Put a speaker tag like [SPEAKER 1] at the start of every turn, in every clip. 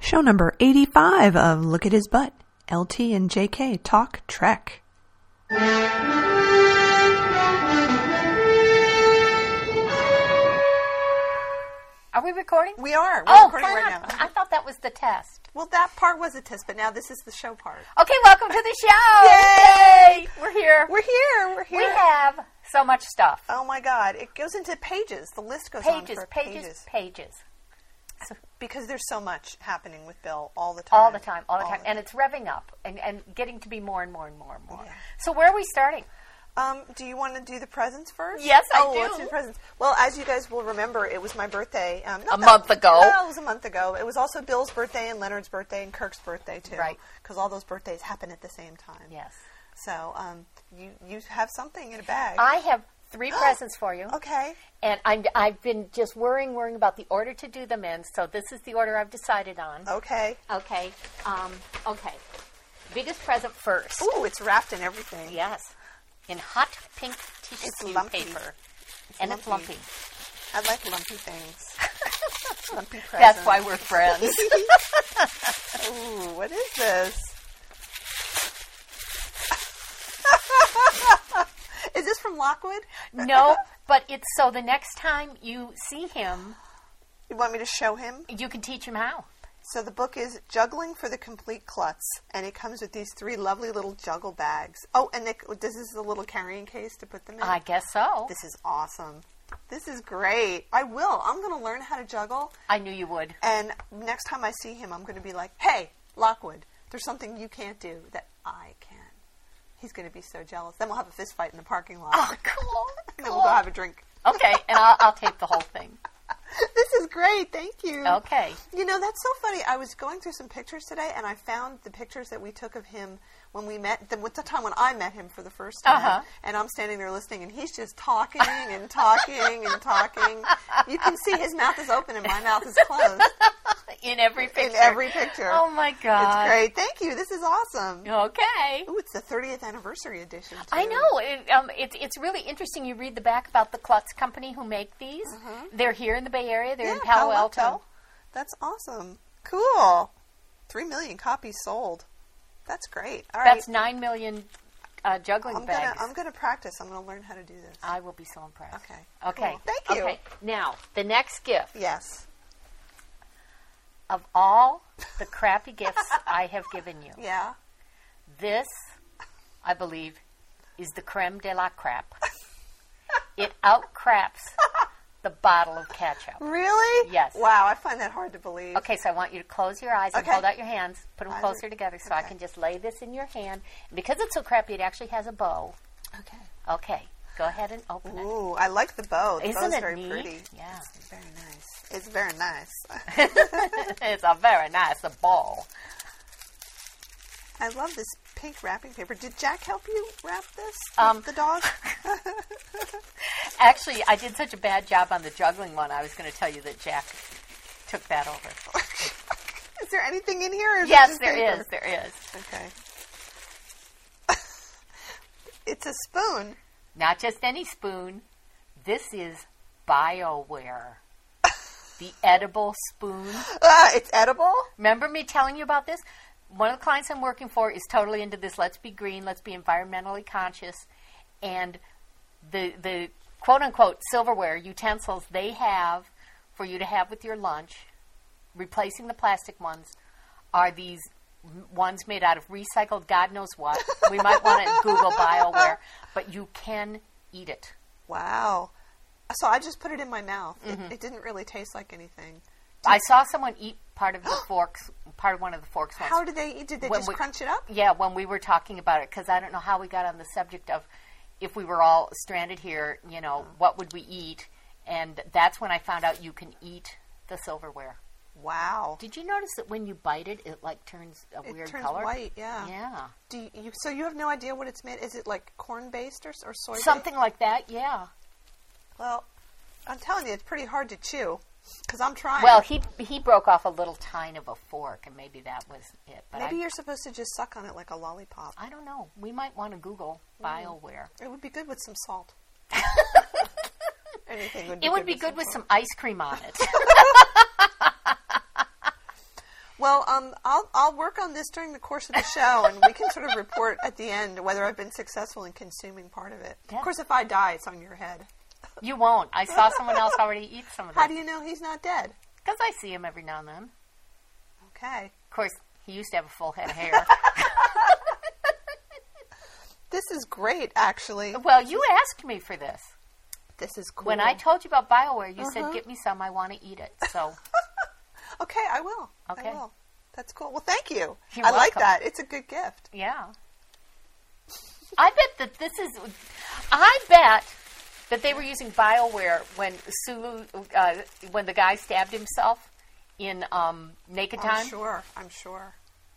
[SPEAKER 1] Show number 85 of Look at His Butt. LT and JK Talk Trek.
[SPEAKER 2] Are we recording?
[SPEAKER 3] We are. We're
[SPEAKER 2] oh,
[SPEAKER 3] recording right
[SPEAKER 2] fine.
[SPEAKER 3] now.
[SPEAKER 2] I thought that was the test.
[SPEAKER 3] Well, that part was a test, but now this is the show part.
[SPEAKER 2] Okay, welcome to the show.
[SPEAKER 3] Yay!
[SPEAKER 2] We're here.
[SPEAKER 3] We're here. We're here.
[SPEAKER 2] We have so much stuff.
[SPEAKER 3] oh my God! It goes into pages. The list goes on
[SPEAKER 2] Pages,
[SPEAKER 3] for
[SPEAKER 2] pages, pages,
[SPEAKER 3] Because there's so much happening with Bill all the time.
[SPEAKER 2] All the time, all the time. And it's revving up and, and getting to be more and more and more and more. So where are we starting?
[SPEAKER 3] um, do you want to do the presents first?
[SPEAKER 2] Yes, I
[SPEAKER 3] oh,
[SPEAKER 2] do.
[SPEAKER 3] What's in presents? Well, as you guys will remember, it was my birthday. Um, not
[SPEAKER 2] A
[SPEAKER 3] that-
[SPEAKER 2] month ago.
[SPEAKER 3] No, it was a month ago. It was also Bill's birthday and Leonard's birthday and Kirk's birthday too.
[SPEAKER 2] Right.
[SPEAKER 3] Because all those birthdays happen at the same time.
[SPEAKER 2] Yes.
[SPEAKER 3] So um, you you have something in a bag.
[SPEAKER 2] I have three presents for you.
[SPEAKER 3] okay.
[SPEAKER 2] And I'm, I've been just worrying, worrying about the order to do them in. So this is the order I've decided on.
[SPEAKER 3] Oh. Okay.
[SPEAKER 2] Okay. Um, okay. Biggest present first.
[SPEAKER 3] Ooh, it's wrapped in everything.
[SPEAKER 2] Yes. In hot pink tissue
[SPEAKER 3] It's lumpy.
[SPEAKER 2] paper. and it's
[SPEAKER 3] lumpy.
[SPEAKER 2] lumpy.
[SPEAKER 3] I like lumpy things. lumpy presents.
[SPEAKER 2] That's why we're friends.
[SPEAKER 3] Ooh, what is this? is this from Lockwood?
[SPEAKER 2] no, but it's so the next time you see him,
[SPEAKER 3] You want me to show him?
[SPEAKER 2] you can teach him how.
[SPEAKER 3] So the book is Juggling for the Complete Klutz, and it comes with these three lovely little juggle bags. Oh, and they, this is the little carrying case to put them in.
[SPEAKER 2] I guess so.
[SPEAKER 3] This is awesome. This is great. I will. I'm going to learn how to juggle.
[SPEAKER 2] I knew you would.
[SPEAKER 3] And next time I see him, I'm going to be like, hey, Lockwood, there's something you can't do that I can. He's going to be so jealous. Then we'll have a fist fight in the parking lot.
[SPEAKER 2] Oh, cool.
[SPEAKER 3] and then we'll go have a drink.
[SPEAKER 2] Okay, and I'll, I'll tape the whole thing.
[SPEAKER 3] This is great. Thank you.
[SPEAKER 2] Okay.
[SPEAKER 3] You know, that's so funny. I was going through some pictures today, and I found the pictures that we took of him when we met, the, with the time when I met him for the first time.
[SPEAKER 2] Uh-huh.
[SPEAKER 3] And I'm standing there listening, and he's just talking and talking and talking. You can see his mouth is open and my mouth is closed
[SPEAKER 2] In every picture.
[SPEAKER 3] in every picture.
[SPEAKER 2] Oh, my
[SPEAKER 3] It's
[SPEAKER 2] God.
[SPEAKER 3] great. Thank you. This is awesome.
[SPEAKER 2] Okay.
[SPEAKER 3] Ooh, it's the 30th anniversary edition. Too.
[SPEAKER 2] I know. It, um, it's it's really interesting. You read the back about the Klutz Company who make these. They're here in the Bay Area.
[SPEAKER 3] Mm-hmm.
[SPEAKER 2] They're
[SPEAKER 3] Yeah,
[SPEAKER 2] in Palo Alto.
[SPEAKER 3] That's awesome. Cool. Three million copies sold. That's great. All
[SPEAKER 2] That's
[SPEAKER 3] right.
[SPEAKER 2] nine million uh, juggling
[SPEAKER 3] I'm gonna
[SPEAKER 2] bags.
[SPEAKER 3] I'm gonna practice. I'm gonna learn how to do this.
[SPEAKER 2] I will be so impressed.
[SPEAKER 3] Okay.
[SPEAKER 2] Okay.
[SPEAKER 3] Cool. Thank you.
[SPEAKER 2] Okay. Now, the next gift
[SPEAKER 3] Yes.
[SPEAKER 2] of all the crappy gifts I have given you,
[SPEAKER 3] Yeah.
[SPEAKER 2] this, I believe, is the creme de la crap. it outcraps the bottle of ketchup.
[SPEAKER 3] Really?
[SPEAKER 2] Yes.
[SPEAKER 3] Wow. I find that hard to believe.
[SPEAKER 2] Okay, so I want you to close your eyes and
[SPEAKER 3] Okay.
[SPEAKER 2] hold out your hands, put them
[SPEAKER 3] Eyes are-
[SPEAKER 2] closer together so I
[SPEAKER 3] okay.
[SPEAKER 2] can just lay this in your hand. And because it's so crappy, it actually has a bow.
[SPEAKER 3] Okay.
[SPEAKER 2] Okay, go ahead and open it.
[SPEAKER 3] Ooh, I like the bow. The
[SPEAKER 2] Isn't
[SPEAKER 3] bow's
[SPEAKER 2] it
[SPEAKER 3] very
[SPEAKER 2] neat?
[SPEAKER 3] pretty.
[SPEAKER 2] Yeah.
[SPEAKER 3] It's very nice. It's very nice.
[SPEAKER 2] it's a very nice ball.
[SPEAKER 3] I love this pink wrapping paper. Did Jack help you wrap this?
[SPEAKER 2] Um,
[SPEAKER 3] the dog.
[SPEAKER 2] Actually, I did such a bad job on the juggling one. I was going to tell you that Jack took that over.
[SPEAKER 3] is there anything in here? Or is it
[SPEAKER 2] Yes,
[SPEAKER 3] just
[SPEAKER 2] there
[SPEAKER 3] paper?
[SPEAKER 2] is. There is.
[SPEAKER 3] Okay. it's a spoon.
[SPEAKER 2] Not just any spoon. This is BioWare, the edible spoon.
[SPEAKER 3] Ah, it's edible.
[SPEAKER 2] Remember me telling you about this? One of the clients I'm working for is totally into this. Let's be green. Let's be environmentally conscious. And the the quote unquote silverware utensils they have for you to have with your lunch, replacing the plastic ones, are these m- ones made out of recycled God knows what. We might want to Google Bioware, but you can eat it.
[SPEAKER 3] Wow. So I just put it in my mouth.
[SPEAKER 2] Mm-hmm.
[SPEAKER 3] It, it didn't really taste like anything.
[SPEAKER 2] I saw someone eat part of the forks, part of one of the forks. Once.
[SPEAKER 3] How did they eat? Did they
[SPEAKER 2] When
[SPEAKER 3] just
[SPEAKER 2] we-
[SPEAKER 3] crunch it up?
[SPEAKER 2] Yeah, when we were talking about it, because I don't know how we got on the subject of if we were all stranded here, you
[SPEAKER 3] Mm.
[SPEAKER 2] know, what would we eat? And that's when I found out you can eat the silverware.
[SPEAKER 3] Wow.
[SPEAKER 2] Did you notice that when you bite it, it like turns a
[SPEAKER 3] It
[SPEAKER 2] weird
[SPEAKER 3] turns
[SPEAKER 2] color?
[SPEAKER 3] white. Yeah.
[SPEAKER 2] Yeah.
[SPEAKER 3] Do you, you- So you have no idea what it's made. Is it like corn based or, s- or soy?
[SPEAKER 2] Something like that, yeah.
[SPEAKER 3] Well, I'm telling you, it's pretty hard to chew because I'm trying.
[SPEAKER 2] Well, he he broke off a little tine of a fork, and maybe that was it. But
[SPEAKER 3] maybe
[SPEAKER 2] I,
[SPEAKER 3] you're supposed to just suck on it like a lollipop.
[SPEAKER 2] I don't know. We might want to Google Bioware.
[SPEAKER 3] Mm. It would be good with some salt. Anything would be
[SPEAKER 2] It would be good
[SPEAKER 3] some
[SPEAKER 2] with
[SPEAKER 3] salt.
[SPEAKER 2] some ice cream on it.
[SPEAKER 3] Well, um, I'll I'll work on this during the course of the show, and we can sort of report at the end whether I've been successful in consuming part of it.
[SPEAKER 2] Yeah.
[SPEAKER 3] Of course, if I die, it's on your head.
[SPEAKER 2] You won't. I saw someone else already eat some of
[SPEAKER 3] How
[SPEAKER 2] that
[SPEAKER 3] do you know he's not dead?
[SPEAKER 2] because I see him every now and then. Of
[SPEAKER 3] Okay.
[SPEAKER 2] course, he used to have a full head of hair.
[SPEAKER 3] This is great, actually.
[SPEAKER 2] well, you asked me for this
[SPEAKER 3] This is cool.
[SPEAKER 2] Oh, when I told you about Bioware. You
[SPEAKER 3] Uh-huh.
[SPEAKER 2] said, "Get me some. I want to eat it." So
[SPEAKER 3] okay, I will.
[SPEAKER 2] Okay.
[SPEAKER 3] I will. That's cool. Well, thank you.
[SPEAKER 2] You're
[SPEAKER 3] I like
[SPEAKER 2] welcome.
[SPEAKER 3] that. It's a good gift.
[SPEAKER 2] yeah, I bet that this is. I bet that they were using Bioware when Sulu, uh, when the guy stabbed himself in um, Naked Time,
[SPEAKER 3] I'm sure. I'm sure.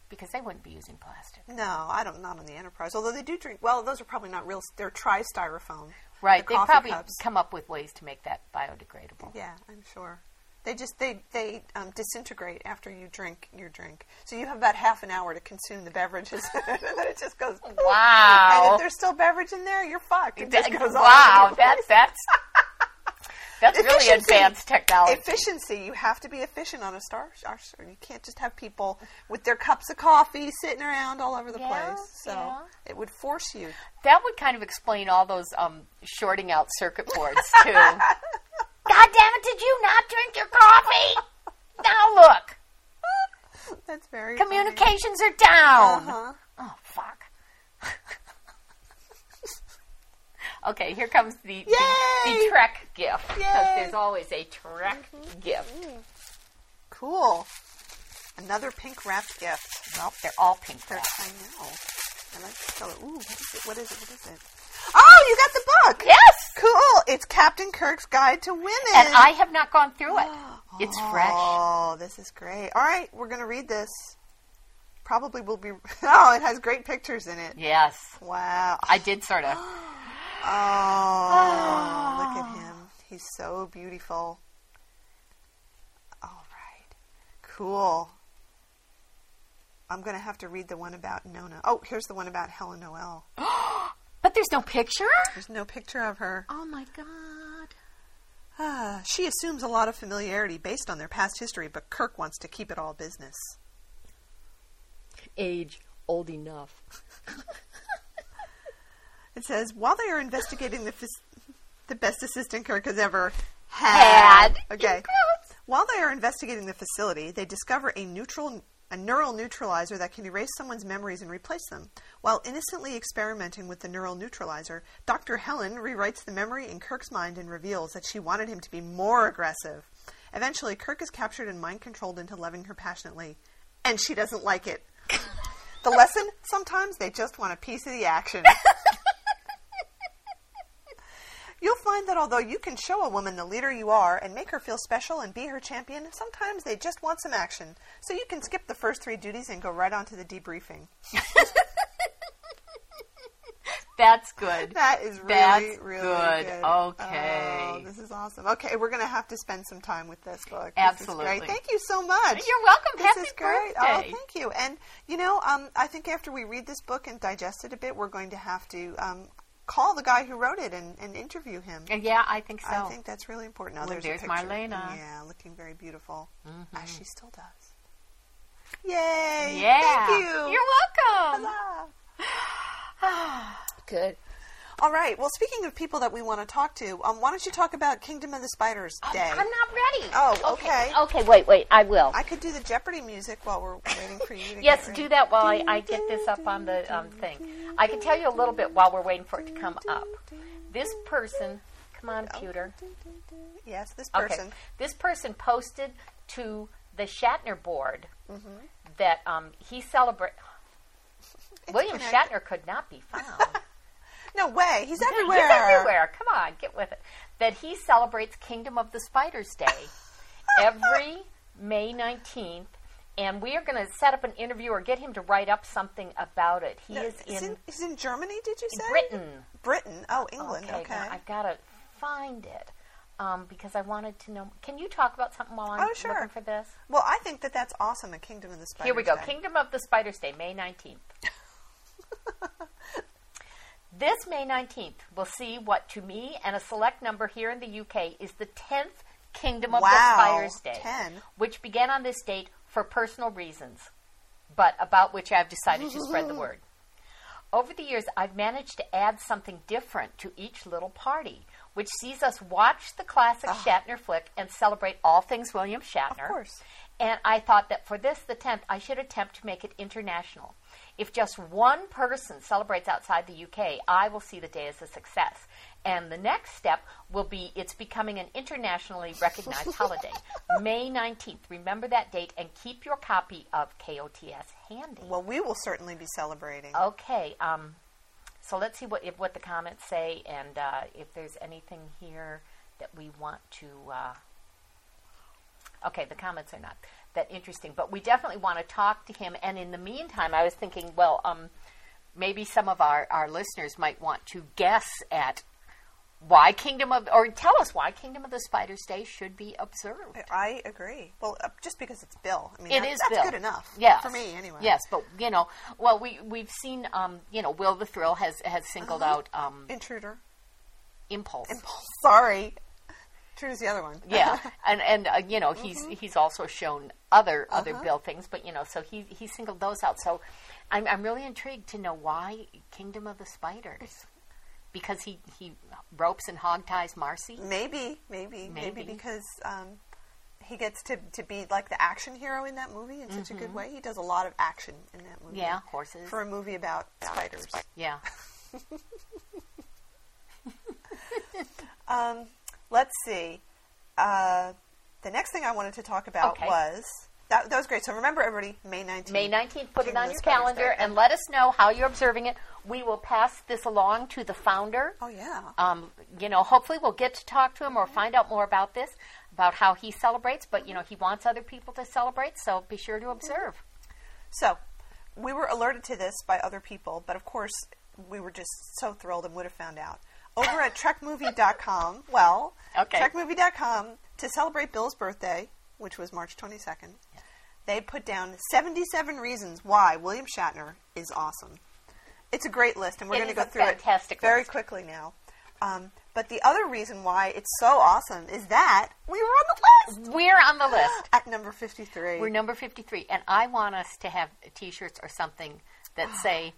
[SPEAKER 2] because they wouldn't be using plastic,
[SPEAKER 3] No, I don't. Not on the Enterprise. Although they do drink. Well, those are probably not real. They're tri-styrofoam.
[SPEAKER 2] right?
[SPEAKER 3] The
[SPEAKER 2] they
[SPEAKER 3] coffee
[SPEAKER 2] probably
[SPEAKER 3] cups.
[SPEAKER 2] come up with ways to make that biodegradable.
[SPEAKER 3] Yeah, I'm sure. They just they they um, disintegrate after you drink your drink. So you have about half an hour to consume the beverages, and then it just goes. And
[SPEAKER 2] Wow.
[SPEAKER 3] if there's still beverage in there, you're fucked. It just
[SPEAKER 2] That-
[SPEAKER 3] goes all
[SPEAKER 2] wow,
[SPEAKER 3] over the
[SPEAKER 2] that,
[SPEAKER 3] place.
[SPEAKER 2] that's that's really
[SPEAKER 3] Efficiency.
[SPEAKER 2] advanced technology.
[SPEAKER 3] Efficiency. You have to be efficient on a star. star star. You can't just have people with their cups of coffee sitting around all over the
[SPEAKER 2] Yeah,
[SPEAKER 3] place. So
[SPEAKER 2] yeah.
[SPEAKER 3] it would force you.
[SPEAKER 2] That would kind of explain all those um, shorting out circuit boards too. God damn it! Did you not drink your coffee? Now look,
[SPEAKER 3] That's very funny.
[SPEAKER 2] communications are down.
[SPEAKER 3] Uh-huh.
[SPEAKER 2] Oh fuck. okay, here comes the the, the
[SPEAKER 3] Yay!
[SPEAKER 2] Trek gift because
[SPEAKER 3] Yay!
[SPEAKER 2] there's always a Trek gift.
[SPEAKER 3] Cool. Another pink wrapped gift.
[SPEAKER 2] Well, they're all pink.
[SPEAKER 3] I know.
[SPEAKER 2] wrap.
[SPEAKER 3] I like the color. Ooh, what is it? What is it? What is it? Oh, you got the book.
[SPEAKER 2] Yes.
[SPEAKER 3] Cool. It's Captain Kirk's Guide to Women.
[SPEAKER 2] and I have not gone through it. It's fresh.
[SPEAKER 3] Oh, this is great. All right, we're going to read this. Probably will be. Oh, it has great pictures in it.
[SPEAKER 2] Yes,
[SPEAKER 3] Wow.
[SPEAKER 2] I did sort of.
[SPEAKER 3] Oh, look at him. He's so beautiful. All right. Cool. I'm going to have to read the one about Nona. Oh, here's the one about Helen Noel.
[SPEAKER 2] But there's no picture.
[SPEAKER 3] There's no picture of her.
[SPEAKER 2] Oh my god.
[SPEAKER 3] Ah, she assumes a lot of familiarity based on their past history, but Kirk wants to keep it all business.
[SPEAKER 2] Age old enough.
[SPEAKER 3] It says while they are investigating the fis- the best assistant Kirk has ever had.
[SPEAKER 2] Had.
[SPEAKER 3] Okay.
[SPEAKER 2] Gross.
[SPEAKER 3] While they are investigating the facility, they discover a neutral a neural neutralizer that can erase someone's memories and replace them. While innocently experimenting with the neural neutralizer, Dr. Helen rewrites the memory in Kirk's mind and reveals that she wanted him to be more aggressive. Eventually, Kirk is captured and mind controlled into loving her passionately, and she doesn't like it. the lesson? Sometimes they just want a piece of the action. You'll find that although you can show a woman the leader you are and make her feel special and be her champion, sometimes they just want some action. So you can skip the first three duties and go right on to the debriefing.
[SPEAKER 2] That's good.
[SPEAKER 3] That is really,
[SPEAKER 2] That's
[SPEAKER 3] really
[SPEAKER 2] good.
[SPEAKER 3] good.
[SPEAKER 2] Okay.
[SPEAKER 3] Oh, this is awesome. Okay, we're going to have to spend some time with this book. This is
[SPEAKER 2] Absolutely.
[SPEAKER 3] great. Thank you so much.
[SPEAKER 2] You're welcome.
[SPEAKER 3] This
[SPEAKER 2] Happy
[SPEAKER 3] is great. Oh,
[SPEAKER 2] birthday.
[SPEAKER 3] thank you. And, you know, um, I think after we read this book and digest it a bit, we're going to have to um, call the guy who wrote it and, and interview him.
[SPEAKER 2] Uh, yeah, I think so.
[SPEAKER 3] I think that's really important. Now,
[SPEAKER 2] Well,
[SPEAKER 3] there's, a
[SPEAKER 2] there's
[SPEAKER 3] picture.
[SPEAKER 2] Marlena. Mm-hmm.
[SPEAKER 3] Yeah, looking very beautiful. As she still does. Yay!
[SPEAKER 2] yeah.
[SPEAKER 3] Thank you.
[SPEAKER 2] You're welcome.
[SPEAKER 3] Huzzah.
[SPEAKER 2] Good.
[SPEAKER 3] All right. Well, speaking of people that we want to talk to, um, why don't you talk about Kingdom of the Spiders Day?
[SPEAKER 2] Oh, I'm not ready.
[SPEAKER 3] Oh, okay.
[SPEAKER 2] Okay, wait, wait. I will.
[SPEAKER 3] I could do the Jeopardy music while we're waiting for you to
[SPEAKER 2] yes,
[SPEAKER 3] get
[SPEAKER 2] do
[SPEAKER 3] ready.
[SPEAKER 2] that while I, I get this up on the um, thing. I can tell you a little bit while we're waiting for it to come up. This person, come on,
[SPEAKER 3] Oh.
[SPEAKER 2] computer.
[SPEAKER 3] Yes, this
[SPEAKER 2] Okay.
[SPEAKER 3] person.
[SPEAKER 2] This person posted to the Shatner board
[SPEAKER 3] Mm-hmm.
[SPEAKER 2] that um, he celebrate. William
[SPEAKER 3] connected.
[SPEAKER 2] Shatner could not be found.
[SPEAKER 3] No way. He's everywhere.
[SPEAKER 2] He's everywhere. Come on, get with it. That he celebrates Kingdom of the Spiders Day every May 19th, and we are going to set up an interview or get him to write up something about it. He
[SPEAKER 3] No,
[SPEAKER 2] is
[SPEAKER 3] he's,
[SPEAKER 2] in
[SPEAKER 3] in, he's in Germany, did you say?
[SPEAKER 2] Britain.
[SPEAKER 3] Britain. Oh, England.
[SPEAKER 2] Okay,
[SPEAKER 3] Okay.
[SPEAKER 2] now I've got to find it um, because I wanted to know. Can you talk about something while I'm
[SPEAKER 3] Oh, sure.
[SPEAKER 2] looking for this?
[SPEAKER 3] Well, I think that that's awesome. A Kingdom of the Spiders
[SPEAKER 2] Here we go.
[SPEAKER 3] Day.
[SPEAKER 2] Kingdom of the Spiders Day, May 19th. this May 19th, we'll see what to me and a select number here in the UK is the 10th Kingdom of
[SPEAKER 3] Wow,
[SPEAKER 2] the Spires Day,
[SPEAKER 3] 10.
[SPEAKER 2] which began on this date for personal reasons, but about which I've decided to spread the word. Over the years, I've managed to add something different to each little party, which sees us watch the classic Shatner flick and celebrate all things William Shatner.
[SPEAKER 3] course.
[SPEAKER 2] And I thought that for this, the 10th, I should attempt to make it international. If just one person celebrates outside the UK, I will see the day as a success. And the next step will be it's becoming an internationally recognized holiday. May 19th. Remember that date and keep your copy of KOTS handy.
[SPEAKER 3] Well, we will certainly be celebrating.
[SPEAKER 2] Okay. Um, so let's see what if, what the comments say, and uh, if there's anything here that we want to. Uh, okay, the comments are not that interesting, but we definitely want to talk to him. And in the meantime, I was thinking, well, um, maybe some of our, our listeners might want to guess at why Kingdom of or tell us why Kingdom of the Spiders Day should be observed.
[SPEAKER 3] I agree. Well, uh, just because it's Bill. I mean,
[SPEAKER 2] It
[SPEAKER 3] that-
[SPEAKER 2] is
[SPEAKER 3] that's
[SPEAKER 2] Bill.
[SPEAKER 3] good enough.
[SPEAKER 2] Yes.
[SPEAKER 3] For me, anyway.
[SPEAKER 2] Yes, but you know, well, we we've seen, um, you know, Will the Thrill has has singled
[SPEAKER 3] Uh-huh.
[SPEAKER 2] out um,
[SPEAKER 3] Intruder.
[SPEAKER 2] Impulse.
[SPEAKER 3] Sorry. Intruder's the other one.
[SPEAKER 2] yeah, and and uh, you know he's
[SPEAKER 3] Mm-hmm.
[SPEAKER 2] he's also shown other other
[SPEAKER 3] Uh-huh.
[SPEAKER 2] Bill things, but you know, so he he singled those out. So I'm I'm really intrigued to know why Kingdom of the Spiders, because he he ropes and hog ties Marcy.
[SPEAKER 3] Um, Maybe, maybe, maybe,
[SPEAKER 2] Maybe.
[SPEAKER 3] because um, he gets to, to be like the action hero in that movie in such a good way. He does a lot of action in that movie.
[SPEAKER 2] Mm-hmm. Yeah, horses.
[SPEAKER 3] For a movie about spiders.
[SPEAKER 2] Yeah,
[SPEAKER 3] Um, let's see. Uh, the next thing I wanted to talk about
[SPEAKER 2] Okay.
[SPEAKER 3] was that, that was great. So remember, everybody, May 19th.
[SPEAKER 2] May nineteenth. Put it
[SPEAKER 3] Kingdom
[SPEAKER 2] on
[SPEAKER 3] of the
[SPEAKER 2] your
[SPEAKER 3] Spiders
[SPEAKER 2] calendar
[SPEAKER 3] Day.
[SPEAKER 2] and let us know how you're observing it. We will pass this along to the founder.
[SPEAKER 3] Oh, yeah.
[SPEAKER 2] um, you know, hopefully we'll get to talk to him or find out more about this, about how he celebrates. But you know, he wants other people to celebrate, so be sure to observe.
[SPEAKER 3] So, we were alerted to this by other people, but of course, we were just so thrilled and would have found out. Over at trekmovie.com, well,
[SPEAKER 2] Okay.
[SPEAKER 3] trekmovie.com, to celebrate Bill's birthday, which was March 22nd, they put down 77 reasons why William Shatner is awesome. It's a great list, and we're
[SPEAKER 2] It
[SPEAKER 3] going to
[SPEAKER 2] is
[SPEAKER 3] go
[SPEAKER 2] a
[SPEAKER 3] through
[SPEAKER 2] fantastic
[SPEAKER 3] it very
[SPEAKER 2] list.
[SPEAKER 3] quickly now. Um, but the other reason why it's so awesome is that we were on the list
[SPEAKER 2] We're on the list.
[SPEAKER 3] at number 53.
[SPEAKER 2] We're number fifty-three, and I want us to have T-shirts or something that say,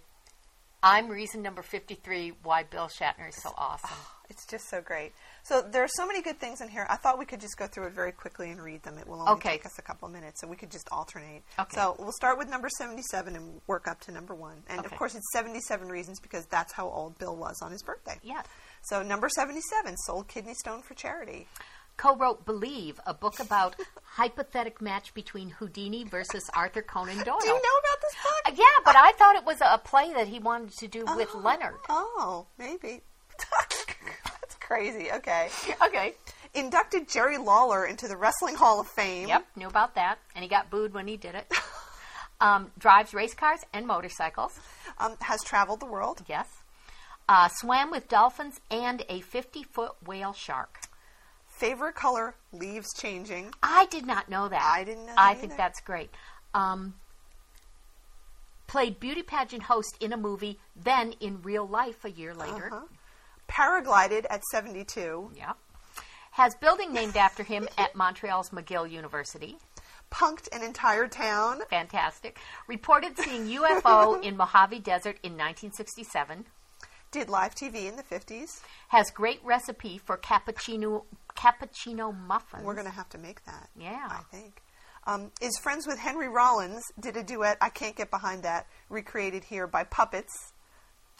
[SPEAKER 2] "I'm reason number fifty-three why Bill Shatner is so awesome."
[SPEAKER 3] It's just so great. So there are so many good things in here. I thought we could just go through it very quickly and read them. It will only
[SPEAKER 2] Okay.
[SPEAKER 3] take us a couple minutes, so we could just alternate.
[SPEAKER 2] Okay.
[SPEAKER 3] So we'll start with number 77 and work up to number one. And of
[SPEAKER 2] Okay.
[SPEAKER 3] course, it's 77 reasons because that's how old Bill was on his birthday.
[SPEAKER 2] Yeah.
[SPEAKER 3] So number 77 sold kidney stone for charity.
[SPEAKER 2] Co-wrote "Believe," a book about hypothetic match between Houdini versus Arthur Conan Doyle.
[SPEAKER 3] Do you know about this
[SPEAKER 2] Oh, Uh,
[SPEAKER 3] book?
[SPEAKER 2] Yeah, but I thought it was a a play that he wanted to do with Leonard.
[SPEAKER 3] Oh, maybe. that's crazy. Okay.
[SPEAKER 2] Okay.
[SPEAKER 3] Inducted Jerry Lawler into the Wrestling Hall of Fame.
[SPEAKER 2] Yep, knew about that, and he got booed when he did it. um, drives race cars and motorcycles.
[SPEAKER 3] Um, has traveled the world.
[SPEAKER 2] Yes. Uh, swam with dolphins and a 50 foot whale shark.
[SPEAKER 3] Favorite color, leaves changing.
[SPEAKER 2] I did not know that.
[SPEAKER 3] I didn't know that
[SPEAKER 2] I think
[SPEAKER 3] either.
[SPEAKER 2] that's great. Um, played beauty pageant host in a movie, then in real life a year later.
[SPEAKER 3] Uh-huh. paraglided at 72,
[SPEAKER 2] Yep. Has building named after him at Montreal's McGill University.
[SPEAKER 3] punked an entire town,
[SPEAKER 2] Fantastic. Reported seeing UFO in Mojave Desert in 1967.
[SPEAKER 3] did live TV in the 50s.
[SPEAKER 2] has great recipe for cappuccino cappuccino muffins.
[SPEAKER 3] We're going to have to make that.
[SPEAKER 2] Yeah.
[SPEAKER 3] I think. Um, is friends with Henry Rollins, did a duet, I Can't Get Behind That, recreated here by puppets.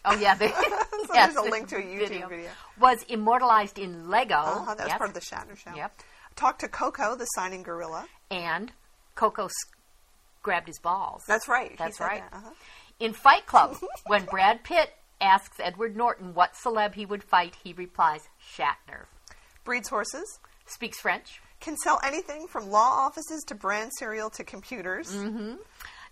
[SPEAKER 2] oh yeah, they,
[SPEAKER 3] there's a link to a YouTube video.
[SPEAKER 2] Was immortalized in Lego.
[SPEAKER 3] Uh-huh, that was
[SPEAKER 2] Oh, Yep.
[SPEAKER 3] part of the Shatner show.
[SPEAKER 2] Yep.
[SPEAKER 3] Talked to Coco, the signing gorilla.
[SPEAKER 2] And Coco s- grabbed his balls.
[SPEAKER 3] That's right. He
[SPEAKER 2] That's
[SPEAKER 3] said
[SPEAKER 2] right.
[SPEAKER 3] that, uh-huh.
[SPEAKER 2] In Fight Club, when Brad Pitt asks Edward Norton what celeb he would fight, he replies Shatner.
[SPEAKER 3] Breeds horses.
[SPEAKER 2] Speaks French.
[SPEAKER 3] Can sell anything from law offices to brand cereal to computers.
[SPEAKER 2] Mm.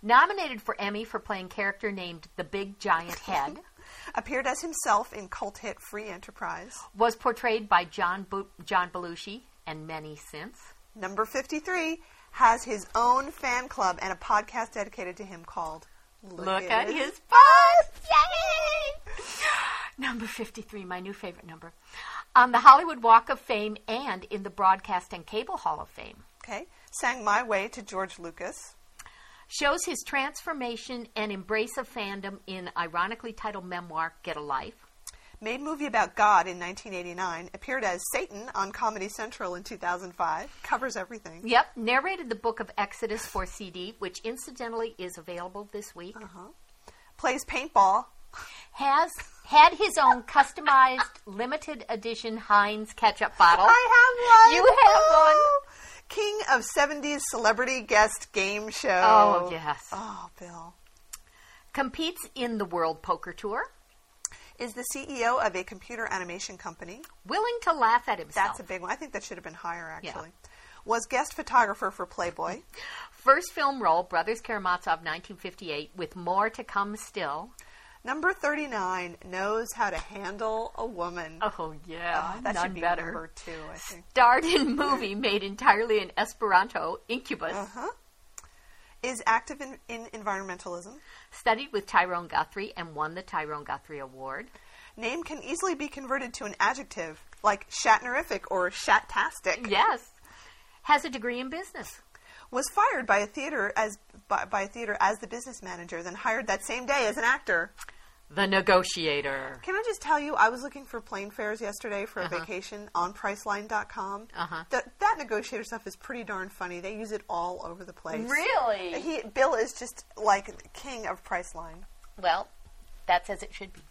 [SPEAKER 2] Nominated for Emmy for playing character named the Big Giant Head.
[SPEAKER 3] Appeared as himself in cult hit Free Enterprise.
[SPEAKER 2] was portrayed by John Bu- John Belushi and many since.
[SPEAKER 3] Number 53 has his own fan club and a podcast dedicated to him called Look,
[SPEAKER 2] Look at
[SPEAKER 3] It. Oh,
[SPEAKER 2] his butt! Yay! Number 53, my new favorite number. on the Hollywood Walk of Fame and in the Broadcast and Cable Hall of Fame.
[SPEAKER 3] Okay. Sang My Way to George Lucas.
[SPEAKER 2] Shows his transformation and embrace of fandom in ironically titled memoir, Get a Life.
[SPEAKER 3] Made movie about God in 1989. Appeared as Satan on Comedy Central in 2005. Covers everything.
[SPEAKER 2] Yep, narrated the book of Exodus for CD, which incidentally is available this week.
[SPEAKER 3] Uh-huh. Plays paintball.
[SPEAKER 2] Has had his own customized limited edition Heinz ketchup bottle.
[SPEAKER 3] I have one.
[SPEAKER 2] Oh. You have one.
[SPEAKER 3] Oh! King of 70s celebrity guest game show.
[SPEAKER 2] Oh, yes.
[SPEAKER 3] Oh, Bill.
[SPEAKER 2] Competes in the World Poker Tour.
[SPEAKER 3] Is the CEO of a computer animation company.
[SPEAKER 2] Willing to laugh at himself.
[SPEAKER 3] That's a big one. I think that should have been higher, actually. Was guest photographer for Playboy.
[SPEAKER 2] First film role, Brothers Karamazov, 1958, with more to come still.
[SPEAKER 3] Number 39 knows how to handle a woman. Uh,
[SPEAKER 2] Oh, yeah.
[SPEAKER 3] that
[SPEAKER 2] none
[SPEAKER 3] should be
[SPEAKER 2] better.
[SPEAKER 3] number two, I think.
[SPEAKER 2] Starred in movie made entirely in Esperanto, Incubus.
[SPEAKER 3] Is active in, in environmentalism.
[SPEAKER 2] Studied with Tyrone Guthrie and won the Tyrone Guthrie Award.
[SPEAKER 3] Name can easily be converted to an adjective like shatnerific or shatastic.
[SPEAKER 2] Yes. Has a degree in business.
[SPEAKER 3] Was fired by a theater as by, by a theater as the business manager, then hired that same day as an actor.
[SPEAKER 2] The Negotiator.
[SPEAKER 3] Can I just tell you, I was looking for plane fares yesterday for a vacation on Priceline.com.
[SPEAKER 2] Uh-huh.
[SPEAKER 3] Th- that negotiator stuff is pretty darn funny. They use it all over the place.
[SPEAKER 2] Really?
[SPEAKER 3] He, Bill is just like king of Priceline.
[SPEAKER 2] Well, that's as it should be.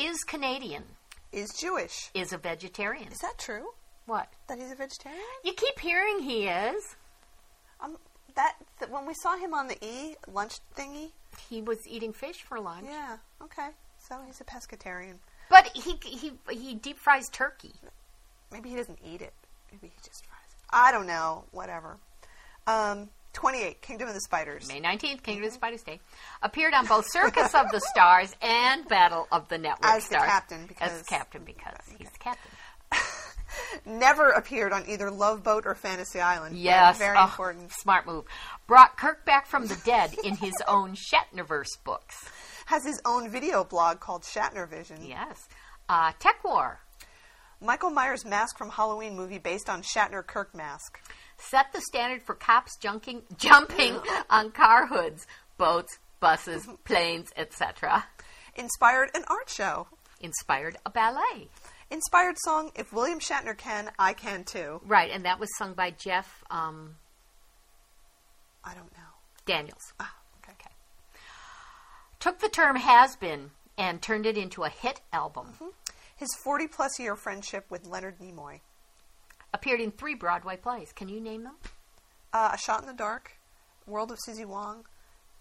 [SPEAKER 2] Is Canadian.
[SPEAKER 3] Is Jewish.
[SPEAKER 2] Is a vegetarian.
[SPEAKER 3] Is that true?
[SPEAKER 2] What?
[SPEAKER 3] That he's a vegetarian?
[SPEAKER 2] You keep hearing he is.
[SPEAKER 3] Um, that, that when we saw him on the E lunch thingy.
[SPEAKER 2] He was eating fish for lunch.
[SPEAKER 3] Yeah. Okay. So he's a pescatarian.
[SPEAKER 2] But he, he, he deep fries turkey.
[SPEAKER 3] Maybe he doesn't eat it. Maybe he just fries it. I don't know. Whatever. Um, Twenty-eight. Kingdom of the Spiders.
[SPEAKER 2] May 19th, King of the Spiders Day, appeared on both Circus of the Stars and Battle of the Network
[SPEAKER 3] As the
[SPEAKER 2] Stars.
[SPEAKER 3] captain,
[SPEAKER 2] As
[SPEAKER 3] because-
[SPEAKER 2] the captain, because he's the captain.
[SPEAKER 3] Never appeared on either Love Boat or Fantasy Island.
[SPEAKER 2] Yes.
[SPEAKER 3] Very
[SPEAKER 2] oh,
[SPEAKER 3] important.
[SPEAKER 2] Smart move. Brought Kirk back from the dead in his own Shatnerverse books.
[SPEAKER 3] Has his own video blog called Shatner Vision.
[SPEAKER 2] Yes. Uh, Tech War.
[SPEAKER 3] Michael Myers mask from Halloween movie based on Shatner Kirk mask.
[SPEAKER 2] Set the standard for cops junking, jumping on car hoods, boats, buses, planes, etc.
[SPEAKER 3] Inspired an art show.
[SPEAKER 2] Inspired a ballet.
[SPEAKER 3] Inspired song If William Shatner Can, I Can Too.
[SPEAKER 2] Right, and that was sung by Jeff um,
[SPEAKER 3] I don't know.
[SPEAKER 2] Daniels.
[SPEAKER 3] Ah, okay.
[SPEAKER 2] took the term has been and turned it into a hit album.
[SPEAKER 3] Mm-hmm. His 40 plus year friendship with Leonard Nimoy.
[SPEAKER 2] Appeared in three Broadway plays. Can you name them?
[SPEAKER 3] Uh, a Shot in the Dark, World of Susie Wong,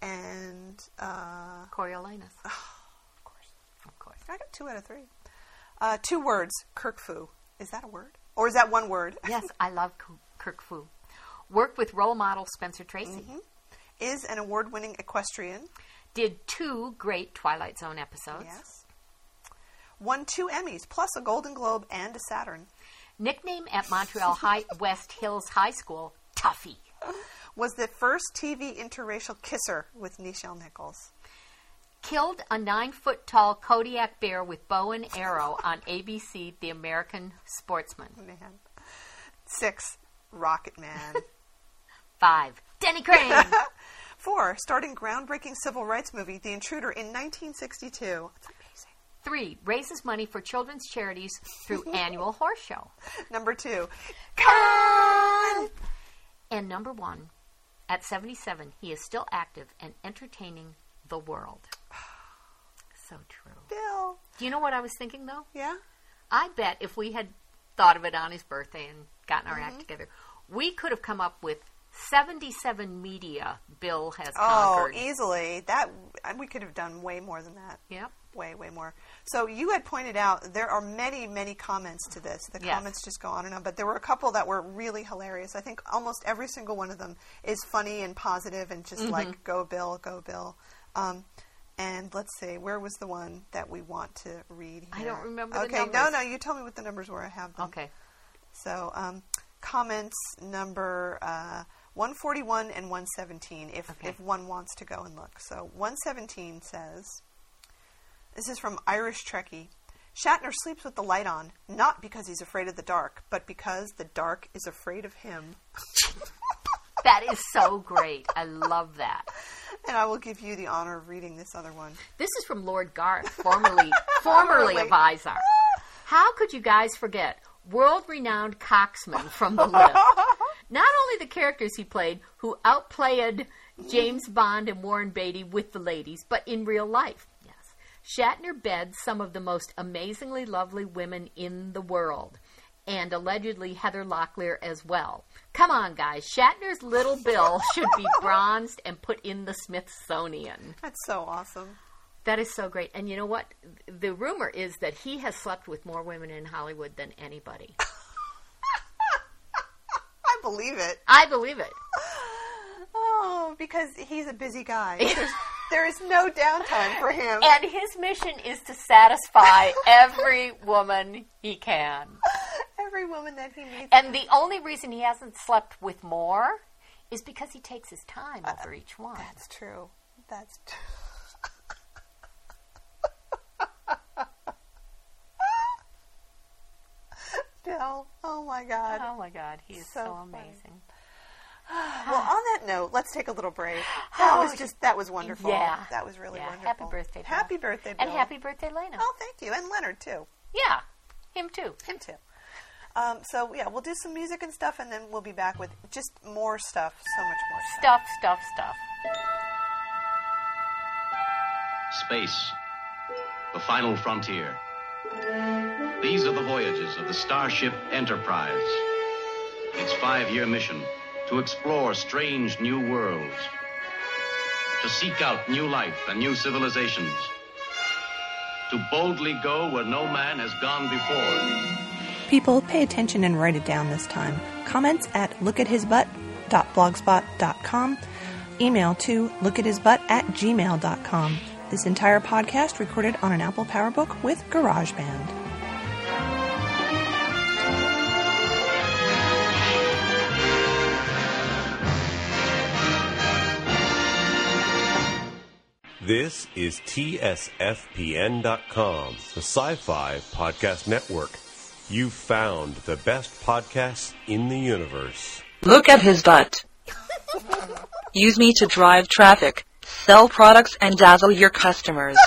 [SPEAKER 3] and uh,
[SPEAKER 2] Coriolanus.
[SPEAKER 3] of course,
[SPEAKER 2] Of course.
[SPEAKER 3] I got two out of three. Uh, two words, Kirk Fu. Is that a word? Or is that one word?
[SPEAKER 2] Yes, I love Ku- Kirk Fu. Worked with role model Spencer Tracy.
[SPEAKER 3] Mm-hmm. Is an award winning equestrian.
[SPEAKER 2] Did two great Twilight Zone episodes.
[SPEAKER 3] Yes. Won two Emmys, plus a Golden Globe and a Saturn.
[SPEAKER 2] Nickname at Montreal High West Hills High School, Tuffy.
[SPEAKER 3] Was the first TV interracial kisser with Nichelle Nichols.
[SPEAKER 2] Killed a nine foot tall Kodiak bear with bow and arrow on ABC The American Sportsman.
[SPEAKER 3] Man. Six, Rocket Man.
[SPEAKER 2] Five. Denny Crane.
[SPEAKER 3] Four, starting groundbreaking civil rights movie, The Intruder, in 1962. That's amazing.
[SPEAKER 2] Three, raises money for children's charities through annual horse show.
[SPEAKER 3] Number two,
[SPEAKER 2] And number one, at 77, he is still active and entertaining the world. So true.
[SPEAKER 3] Bill.
[SPEAKER 2] Do you know what I was thinking though?
[SPEAKER 3] Yeah?
[SPEAKER 2] I bet if we had thought of it on his birthday and gotten our act together, we could have come up with 77 media Bill has
[SPEAKER 3] Oh,
[SPEAKER 2] conquered.
[SPEAKER 3] easily. That and we could have done way more than that.
[SPEAKER 2] Yep.
[SPEAKER 3] Way, way more. So you had pointed out there are many, many comments to this. The
[SPEAKER 2] Yes.
[SPEAKER 3] comments just go on and on, but there were a couple that were really hilarious. I think almost every single one of them is funny and positive and just
[SPEAKER 2] Mm-hmm.
[SPEAKER 3] like go Bill, go Bill. Um, and let's see, where was the one that we want to read? Here?
[SPEAKER 2] I don't remember the
[SPEAKER 3] Okay, no,
[SPEAKER 2] numbers.
[SPEAKER 3] no, you tell me what the numbers were. I have them.
[SPEAKER 2] Okay.
[SPEAKER 3] So, um, comments number uh, 141 and 117, if,
[SPEAKER 2] Okay.
[SPEAKER 3] if one wants to go and look. So, 117 says, This is from Irish Trekkie.
[SPEAKER 4] Shatner sleeps with the light on, not because he's afraid of the dark, but because the dark is afraid of him.
[SPEAKER 2] That is so great. I love that.
[SPEAKER 4] And I will give you the honor of reading this other one.
[SPEAKER 2] This is from Lord Garth, formerly formerly of Izar. How could you guys forget world-renowned coxman from the lift? Not only the characters he played, who outplayed James Bond and Warren Beatty with the ladies, but in real life. Yes, Shatner beds some of the most amazingly lovely women in the world. And allegedly Heather Locklear as well. Come on, guys. Shatner's little bill should be bronzed and put in the Smithsonian.
[SPEAKER 4] That's so awesome.
[SPEAKER 2] That is so great. And you know what? The rumor is that he has slept with more women in Hollywood than anybody.
[SPEAKER 4] I believe it.
[SPEAKER 2] I believe it.
[SPEAKER 4] Oh, because he's a busy guy. There's, there is no downtime for him.
[SPEAKER 2] And his mission is to satisfy every woman he can.
[SPEAKER 4] Every woman that he meets.
[SPEAKER 2] And the only reason he hasn't slept with more is because he takes his time over each one.
[SPEAKER 4] Uh, That's true. That's true. Bill, oh my God.
[SPEAKER 2] Oh my God, he is so,
[SPEAKER 4] So funny.
[SPEAKER 2] amazing. Uh-huh.
[SPEAKER 4] Well, on that note, let's take a little break. That was just that was wonderful.
[SPEAKER 2] Oh, Yeah.
[SPEAKER 4] that was really
[SPEAKER 2] Yeah.
[SPEAKER 4] wonderful.
[SPEAKER 2] Happy birthday, Bill.
[SPEAKER 4] Happy birthday,
[SPEAKER 2] And
[SPEAKER 4] Bill.
[SPEAKER 2] happy birthday, Lena.
[SPEAKER 4] Oh, thank you, and Leonard too.
[SPEAKER 2] Yeah, him too.
[SPEAKER 4] Him too. Um, so yeah, we'll do some music and stuff, and then we'll be back with just more stuff. So much more stuff.
[SPEAKER 2] Stuff, stuff, stuff.
[SPEAKER 5] Space. The final frontier. These are the voyages of the Starship Enterprise. Its five year mission to explore strange new worlds, to seek out new life and new civilizations, to boldly go where no man has gone before.
[SPEAKER 3] People, pay attention and write it down this time. Comments at lookathisbutt.blogspot.com. Email to lookathisbutt at gmail.com. This entire podcast recorded on an Apple PowerBook with GarageBand.
[SPEAKER 6] This is TSFPN.com, the sci fi podcast network. You've found the best podcasts in the universe.
[SPEAKER 7] Look at his butt. Use me to drive traffic, sell products, and dazzle your customers.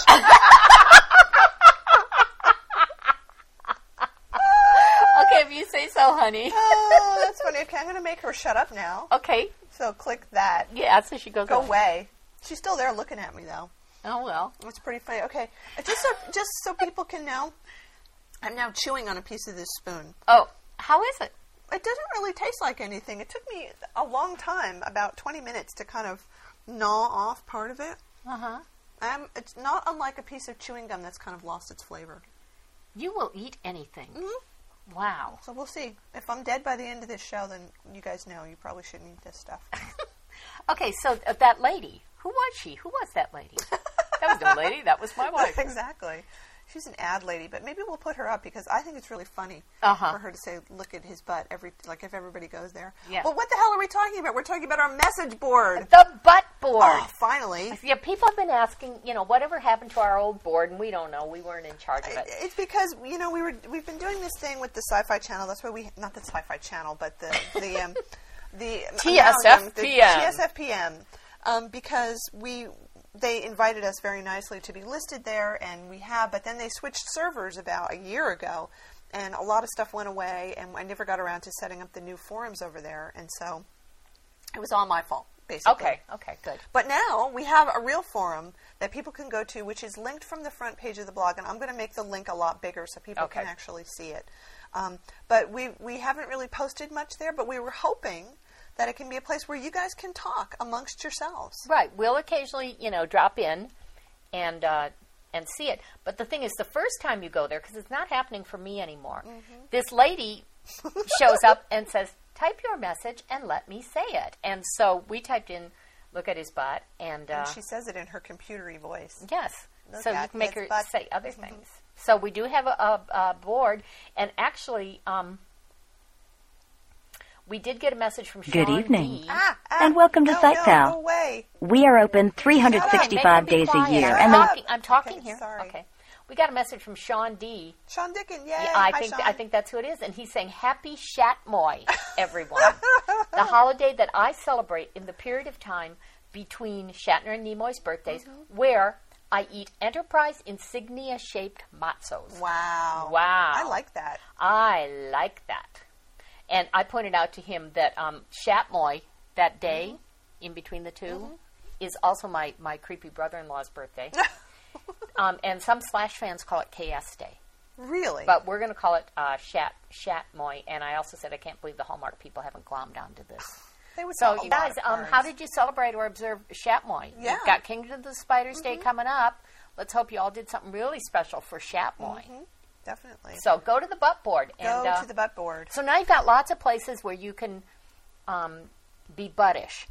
[SPEAKER 2] Okay, if you say so, honey.
[SPEAKER 4] Oh, that's funny. Okay, I'm going to make her shut up now.
[SPEAKER 2] Okay,
[SPEAKER 4] So click that.
[SPEAKER 2] yeah, so she goes
[SPEAKER 4] Go
[SPEAKER 2] away.
[SPEAKER 4] away. She's still there looking at me though.
[SPEAKER 2] Oh, well.
[SPEAKER 4] That's pretty funny. Okay, just so just so people can know, I'm now chewing on a piece of this spoon.
[SPEAKER 2] Oh, how is it?
[SPEAKER 4] it doesn't really taste like anything. It took me a long time, about 20 minutes, to kind of gnaw off part of it.
[SPEAKER 2] Uh huh.
[SPEAKER 4] Um, it's not unlike a piece of chewing gum that's kind of lost its flavor.
[SPEAKER 2] You will eat anything.
[SPEAKER 4] Mm-hmm.
[SPEAKER 2] Wow.
[SPEAKER 4] So we'll see. If I'm dead by the end of this show, then you guys know you probably shouldn't eat this stuff.
[SPEAKER 2] Okay, so uh, that lady, who was she? Who was that lady? that was the lady. That was my wife.
[SPEAKER 4] exactly. She's an ad lady, but maybe we'll put her up because I think it's really funny
[SPEAKER 2] Uh-huh.
[SPEAKER 4] for her to say, "Look at his butt." Every like if everybody goes there.
[SPEAKER 2] Yeah.
[SPEAKER 4] Well, what the hell are we talking about? We're talking about our message board.
[SPEAKER 2] The butt board.
[SPEAKER 4] Oh, finally.
[SPEAKER 2] Yeah, people have been asking, you know, whatever happened to our old board, and we don't know. We weren't in charge of
[SPEAKER 4] It-
[SPEAKER 2] it.
[SPEAKER 4] It's because you know we were we've been doing this thing with the Sci-Fi Channel. That's why we not the Sci-Fi Channel, but the the um, the
[SPEAKER 2] TSFPN.
[SPEAKER 4] the TSFPM um, because we they invited us very nicely to be listed there, and we have. But then they switched servers about a year ago, and a lot of stuff went away, and I never got around to setting up the new forums over there, and so it was all my fault basically.
[SPEAKER 2] Okay, okay, good.
[SPEAKER 4] But now we have a real forum that people can go to, which is linked from the front page of the blog, and I'm going to make the link a lot bigger so people
[SPEAKER 2] Okay.
[SPEAKER 4] can actually see it. Um, but we we haven't really posted much there, but we were hoping that it can be a place where you guys can talk amongst yourselves.
[SPEAKER 2] Right. We'll occasionally, you know, drop in and uh, and see it. But the thing is, the first time you go there, because it's not happening for me anymore,
[SPEAKER 4] Mm-hmm.
[SPEAKER 2] this lady shows up and says, "Type your message and let me say it." And so we typed in, "Look at his butt," and, uh,
[SPEAKER 4] And she says it in her computery voice.
[SPEAKER 2] yes,
[SPEAKER 4] Look
[SPEAKER 2] so you
[SPEAKER 4] at
[SPEAKER 2] can make
[SPEAKER 4] his
[SPEAKER 2] her
[SPEAKER 4] butt. Mm-hmm.
[SPEAKER 2] say other things. So we do have a, a, a board, and actually. Um, we did get a message from Sean
[SPEAKER 8] Good evening.
[SPEAKER 2] B.
[SPEAKER 4] Ah, ah,
[SPEAKER 8] And welcome to
[SPEAKER 4] no,
[SPEAKER 8] SitePow.
[SPEAKER 4] no, go away.
[SPEAKER 8] We are open
[SPEAKER 4] Shut up, make
[SPEAKER 8] 365
[SPEAKER 4] them be
[SPEAKER 8] days a
[SPEAKER 4] quiet.
[SPEAKER 8] year,
[SPEAKER 4] Shut
[SPEAKER 8] and the
[SPEAKER 4] up.
[SPEAKER 2] I'm talking
[SPEAKER 4] Okay,
[SPEAKER 2] here.
[SPEAKER 4] sorry.
[SPEAKER 2] Okay. We got a message from Sean D.
[SPEAKER 4] Sean Dickin, yay!
[SPEAKER 2] Yeah,
[SPEAKER 4] Hi,
[SPEAKER 2] I think
[SPEAKER 4] Sean.
[SPEAKER 2] I think that's who it is, and he's saying Happy Shatmoy, everyone. the holiday that I celebrate in the period of time between Shatner and Nimoy's birthdays,
[SPEAKER 4] Mm-hmm.
[SPEAKER 2] where I eat Enterprise insignia shaped matzos.
[SPEAKER 4] Wow.
[SPEAKER 2] Wow.
[SPEAKER 4] I like that.
[SPEAKER 2] I like that. And I pointed out to him that um, Shatmoy that day,
[SPEAKER 4] Mm-hmm.
[SPEAKER 2] in between the 2 is also my, my creepy brother in law's birthday. um, and some Slash fans call it KS Day.
[SPEAKER 4] Really?
[SPEAKER 2] But we're going to call it uh, Shat, Shatmoy. And I also said I can't believe the Hallmark people haven't glommed onto this.
[SPEAKER 4] they would
[SPEAKER 2] So,
[SPEAKER 4] sell a
[SPEAKER 2] you
[SPEAKER 4] lot
[SPEAKER 2] guys,
[SPEAKER 4] of
[SPEAKER 2] um,
[SPEAKER 4] cards.
[SPEAKER 2] how did you celebrate or observe Shatmoy?
[SPEAKER 4] Yeah. Mm-hmm.
[SPEAKER 2] We've got Kingdom of the Spiders Day coming up. Let's hope you all did something really special for Shatmoy.
[SPEAKER 4] Definitely.
[SPEAKER 2] So go to the butt board.
[SPEAKER 4] Mm-hmm.
[SPEAKER 2] and,
[SPEAKER 4] Go
[SPEAKER 2] uh,
[SPEAKER 4] to the butt board.
[SPEAKER 2] so now you've got lots of places where you can um, be buttish.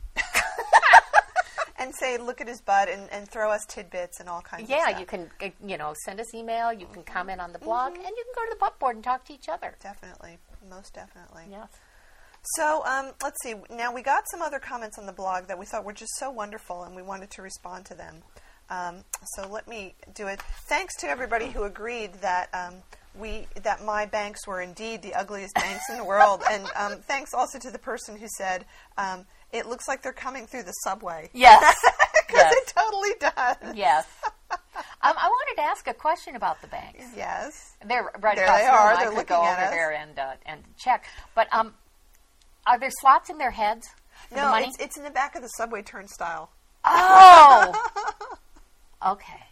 [SPEAKER 4] and say, look at his butt and, and throw us tidbits and all kinds of stuff.
[SPEAKER 2] Yeah, you can uh, you know send us email. You can comment on the blog,
[SPEAKER 4] Mm-hmm.
[SPEAKER 2] and you can go to the butt board and talk to each other.
[SPEAKER 4] Definitely. Most definitely.
[SPEAKER 2] Yes.
[SPEAKER 4] So um, let's see. Now we got some other comments on the blog that we thought were just so wonderful, and we wanted to respond to them. Um, so let me do it. Thanks to everybody who agreed that um, we that my banks were indeed the ugliest banks in the world, and um, thanks also to the person who said um, it looks like they're coming through the subway
[SPEAKER 2] Yes.
[SPEAKER 4] because it totally does.
[SPEAKER 2] yes. Um, I wanted to ask a question about the banks.
[SPEAKER 4] Yes.
[SPEAKER 2] They're right
[SPEAKER 4] There
[SPEAKER 2] across
[SPEAKER 4] they
[SPEAKER 2] the room.
[SPEAKER 4] are.
[SPEAKER 2] I
[SPEAKER 4] They're
[SPEAKER 2] could go
[SPEAKER 4] looking
[SPEAKER 2] over
[SPEAKER 4] at us.
[SPEAKER 2] there and uh, and check. But um, are there slots in their heads? for the
[SPEAKER 4] No,
[SPEAKER 2] money?
[SPEAKER 4] it's, it's in the back of the subway turnstile,
[SPEAKER 2] oh. okay.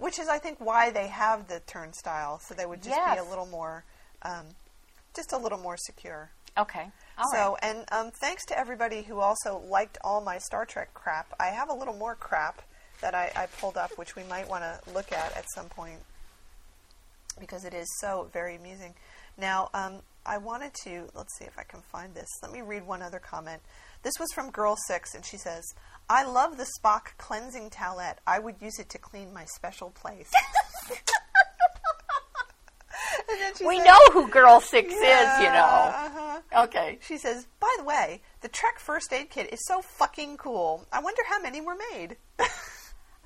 [SPEAKER 4] which is I think why they have the turnstile, so they would just be
[SPEAKER 2] Yes.
[SPEAKER 4] a little more, um, just a little more secure.
[SPEAKER 2] Okay. All right.
[SPEAKER 4] so, and um, thanks to everybody who also liked all my Star Trek crap. I have a little more crap that I, I pulled up, which we might want to look at at some point because it is so very amusing. Now, um, I wanted to, let's see if I can find this. Let me read one other comment. This was from Girl Six, and she says, I love the Spock cleansing towelette. I would use it to clean my special place. And then she
[SPEAKER 2] we
[SPEAKER 4] said-
[SPEAKER 2] know who Girl Six is, you know.
[SPEAKER 4] Uh-huh.
[SPEAKER 2] Okay.
[SPEAKER 4] She says, By the way, the Trek first aid kit is so fucking cool. I wonder how many were made.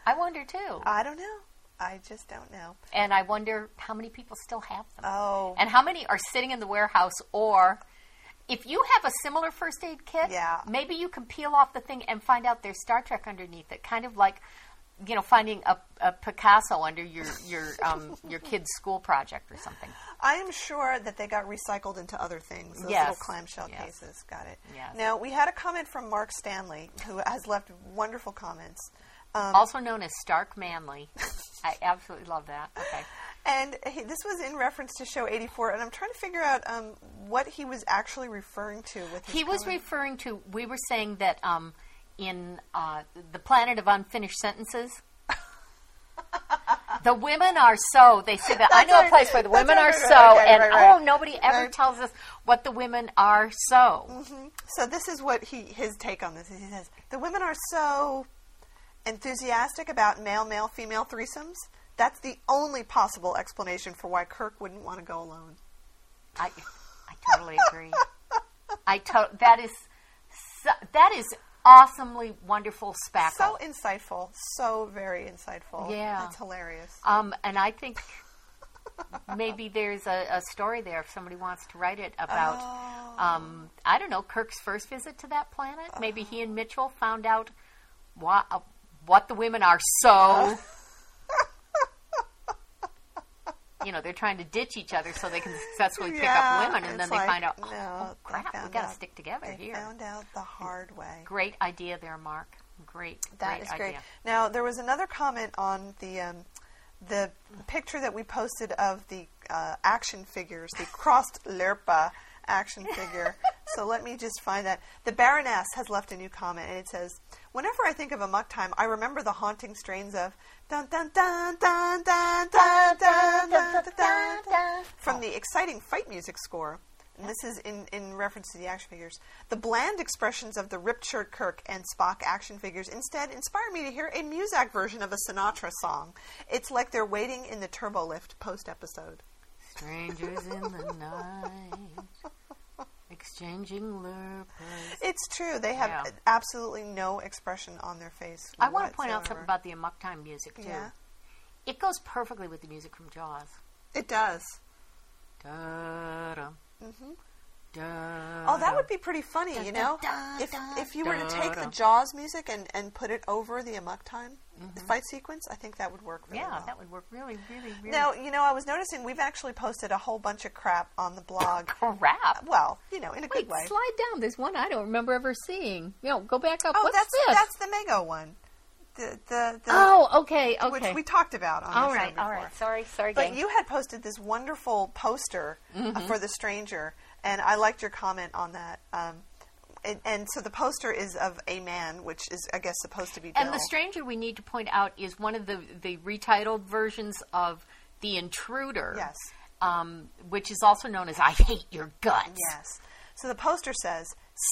[SPEAKER 2] I wonder too.
[SPEAKER 4] I don't know. I just don't know.
[SPEAKER 2] and I wonder how many people still have them.
[SPEAKER 4] Oh.
[SPEAKER 2] And how many are sitting in the warehouse or if you have a similar first aid kit,
[SPEAKER 4] Yeah.
[SPEAKER 2] maybe you can peel off the thing and find out there's Star Trek underneath it. Kind of like you know, finding a, a Picasso under your your um, your kid's school project or something.
[SPEAKER 4] I am sure that they got recycled into other things. Those
[SPEAKER 2] Yes.
[SPEAKER 4] little clamshell
[SPEAKER 2] Yes.
[SPEAKER 4] cases. Got it.
[SPEAKER 2] Yes.
[SPEAKER 4] Now, we had a comment from Mark Stanley, who has left wonderful comments. Um,
[SPEAKER 2] Also known as Stark Manly. I absolutely love that. Okay.
[SPEAKER 4] and he, this was in reference to show 84, and I'm trying to figure out um, what he was actually referring to with his
[SPEAKER 2] He was
[SPEAKER 4] comment.
[SPEAKER 2] referring to. We were saying that um, in uh, the planet of unfinished sentences. The women are so. They say that. I
[SPEAKER 4] That's
[SPEAKER 2] know
[SPEAKER 4] right.
[SPEAKER 2] a place where the
[SPEAKER 4] That's
[SPEAKER 2] women
[SPEAKER 4] right,
[SPEAKER 2] are
[SPEAKER 4] right,
[SPEAKER 2] so,
[SPEAKER 4] right, right,
[SPEAKER 2] and
[SPEAKER 4] right, right.
[SPEAKER 2] oh, nobody ever
[SPEAKER 4] Right.
[SPEAKER 2] tells us what the women are so.
[SPEAKER 4] So this is what he his take on this is. He says the women are so enthusiastic about male male female threesomes. That's the only possible explanation for why Kirk wouldn't want to go alone.
[SPEAKER 2] I, I totally agree. I to- that is so, that is awesomely wonderful spackle.
[SPEAKER 4] So insightful, so very insightful.
[SPEAKER 2] Yeah.
[SPEAKER 4] that's hilarious.
[SPEAKER 2] Um, and I think maybe there's a, a story there if somebody wants to write it about,
[SPEAKER 4] Oh.
[SPEAKER 2] um, I don't know, Kirk's first visit to that planet. Maybe he and Mitchell found out wha- uh, what the women are so. You know, they're trying to ditch each other so they can successfully pick
[SPEAKER 4] Yeah,
[SPEAKER 2] up women, and then
[SPEAKER 4] it's
[SPEAKER 2] they
[SPEAKER 4] like,
[SPEAKER 2] find out, oh,
[SPEAKER 4] no,
[SPEAKER 2] oh, crap,
[SPEAKER 4] they
[SPEAKER 2] we
[SPEAKER 4] found
[SPEAKER 2] got to
[SPEAKER 4] out-
[SPEAKER 2] stick together
[SPEAKER 4] they
[SPEAKER 2] here.
[SPEAKER 4] found out the hard way.
[SPEAKER 2] Great idea there, Mark. Great,
[SPEAKER 4] That
[SPEAKER 2] great
[SPEAKER 4] is
[SPEAKER 2] idea.
[SPEAKER 4] great. Now there was another comment on the um, the picture that we posted of the uh, action figures, the crossed lerpa action figure. so let me just find that. The Baroness has left a new comment, and it says, "Whenever I think of a muck time, I remember the haunting strains of dun dun dun dun dun dun dun dun dun dun from the exciting fight music score." And this is in, in reference to the action figures. The bland expressions of the ripped shirt Kirk and Spock action figures instead inspire me to hear a Muzak version of a Sinatra song. It's like they're waiting in the turbo lift post episode.
[SPEAKER 2] Strangers in the night, exchanging lurpers.
[SPEAKER 4] It's true. They have
[SPEAKER 2] Yeah.
[SPEAKER 4] absolutely no expression on their face.
[SPEAKER 2] I want to point out
[SPEAKER 4] whatsoever.
[SPEAKER 2] something about the Amok Time music, too.
[SPEAKER 4] Yeah.
[SPEAKER 2] It goes perfectly with the music from Jaws.
[SPEAKER 4] It does.
[SPEAKER 2] Da-dum.
[SPEAKER 4] Oh, that would be pretty funny, you know?
[SPEAKER 2] Uh, dun,
[SPEAKER 4] If,
[SPEAKER 2] dun,
[SPEAKER 4] if you were to
[SPEAKER 2] dun,
[SPEAKER 4] take the
[SPEAKER 2] dun.
[SPEAKER 4] Jaws music and, and put it over the Amok Time fight sequence, I think that would work really
[SPEAKER 2] Mm-hmm. Yeah,
[SPEAKER 4] well.
[SPEAKER 2] that would work really, really, really.
[SPEAKER 4] Now, you know, I was noticing we've actually posted a whole bunch of crap on the blog.
[SPEAKER 2] crap.
[SPEAKER 4] Well, you know, in a
[SPEAKER 2] Wait,
[SPEAKER 4] good way.
[SPEAKER 2] slide down. There's one I don't remember ever seeing. No, go back up.
[SPEAKER 4] oh,
[SPEAKER 2] What's
[SPEAKER 4] that's
[SPEAKER 2] this?
[SPEAKER 4] that's the Mego one. The the, the
[SPEAKER 2] oh, okay, okay.
[SPEAKER 4] which we talked about on
[SPEAKER 2] all
[SPEAKER 4] the show
[SPEAKER 2] right, all
[SPEAKER 4] before.
[SPEAKER 2] right. Sorry, sorry,
[SPEAKER 4] But
[SPEAKER 2] gang. Mm-hmm.
[SPEAKER 4] you had posted this wonderful poster uh, for The Stranger, and I liked your comment on that. Um, and, and so the poster is of a man, which is, I guess, supposed to be Bill.
[SPEAKER 2] and the stranger we need to point out is one of the the retitled versions of the intruder.
[SPEAKER 4] Yes.
[SPEAKER 2] Um, which is also known as "I hate your guts."
[SPEAKER 4] Yes. So the poster says,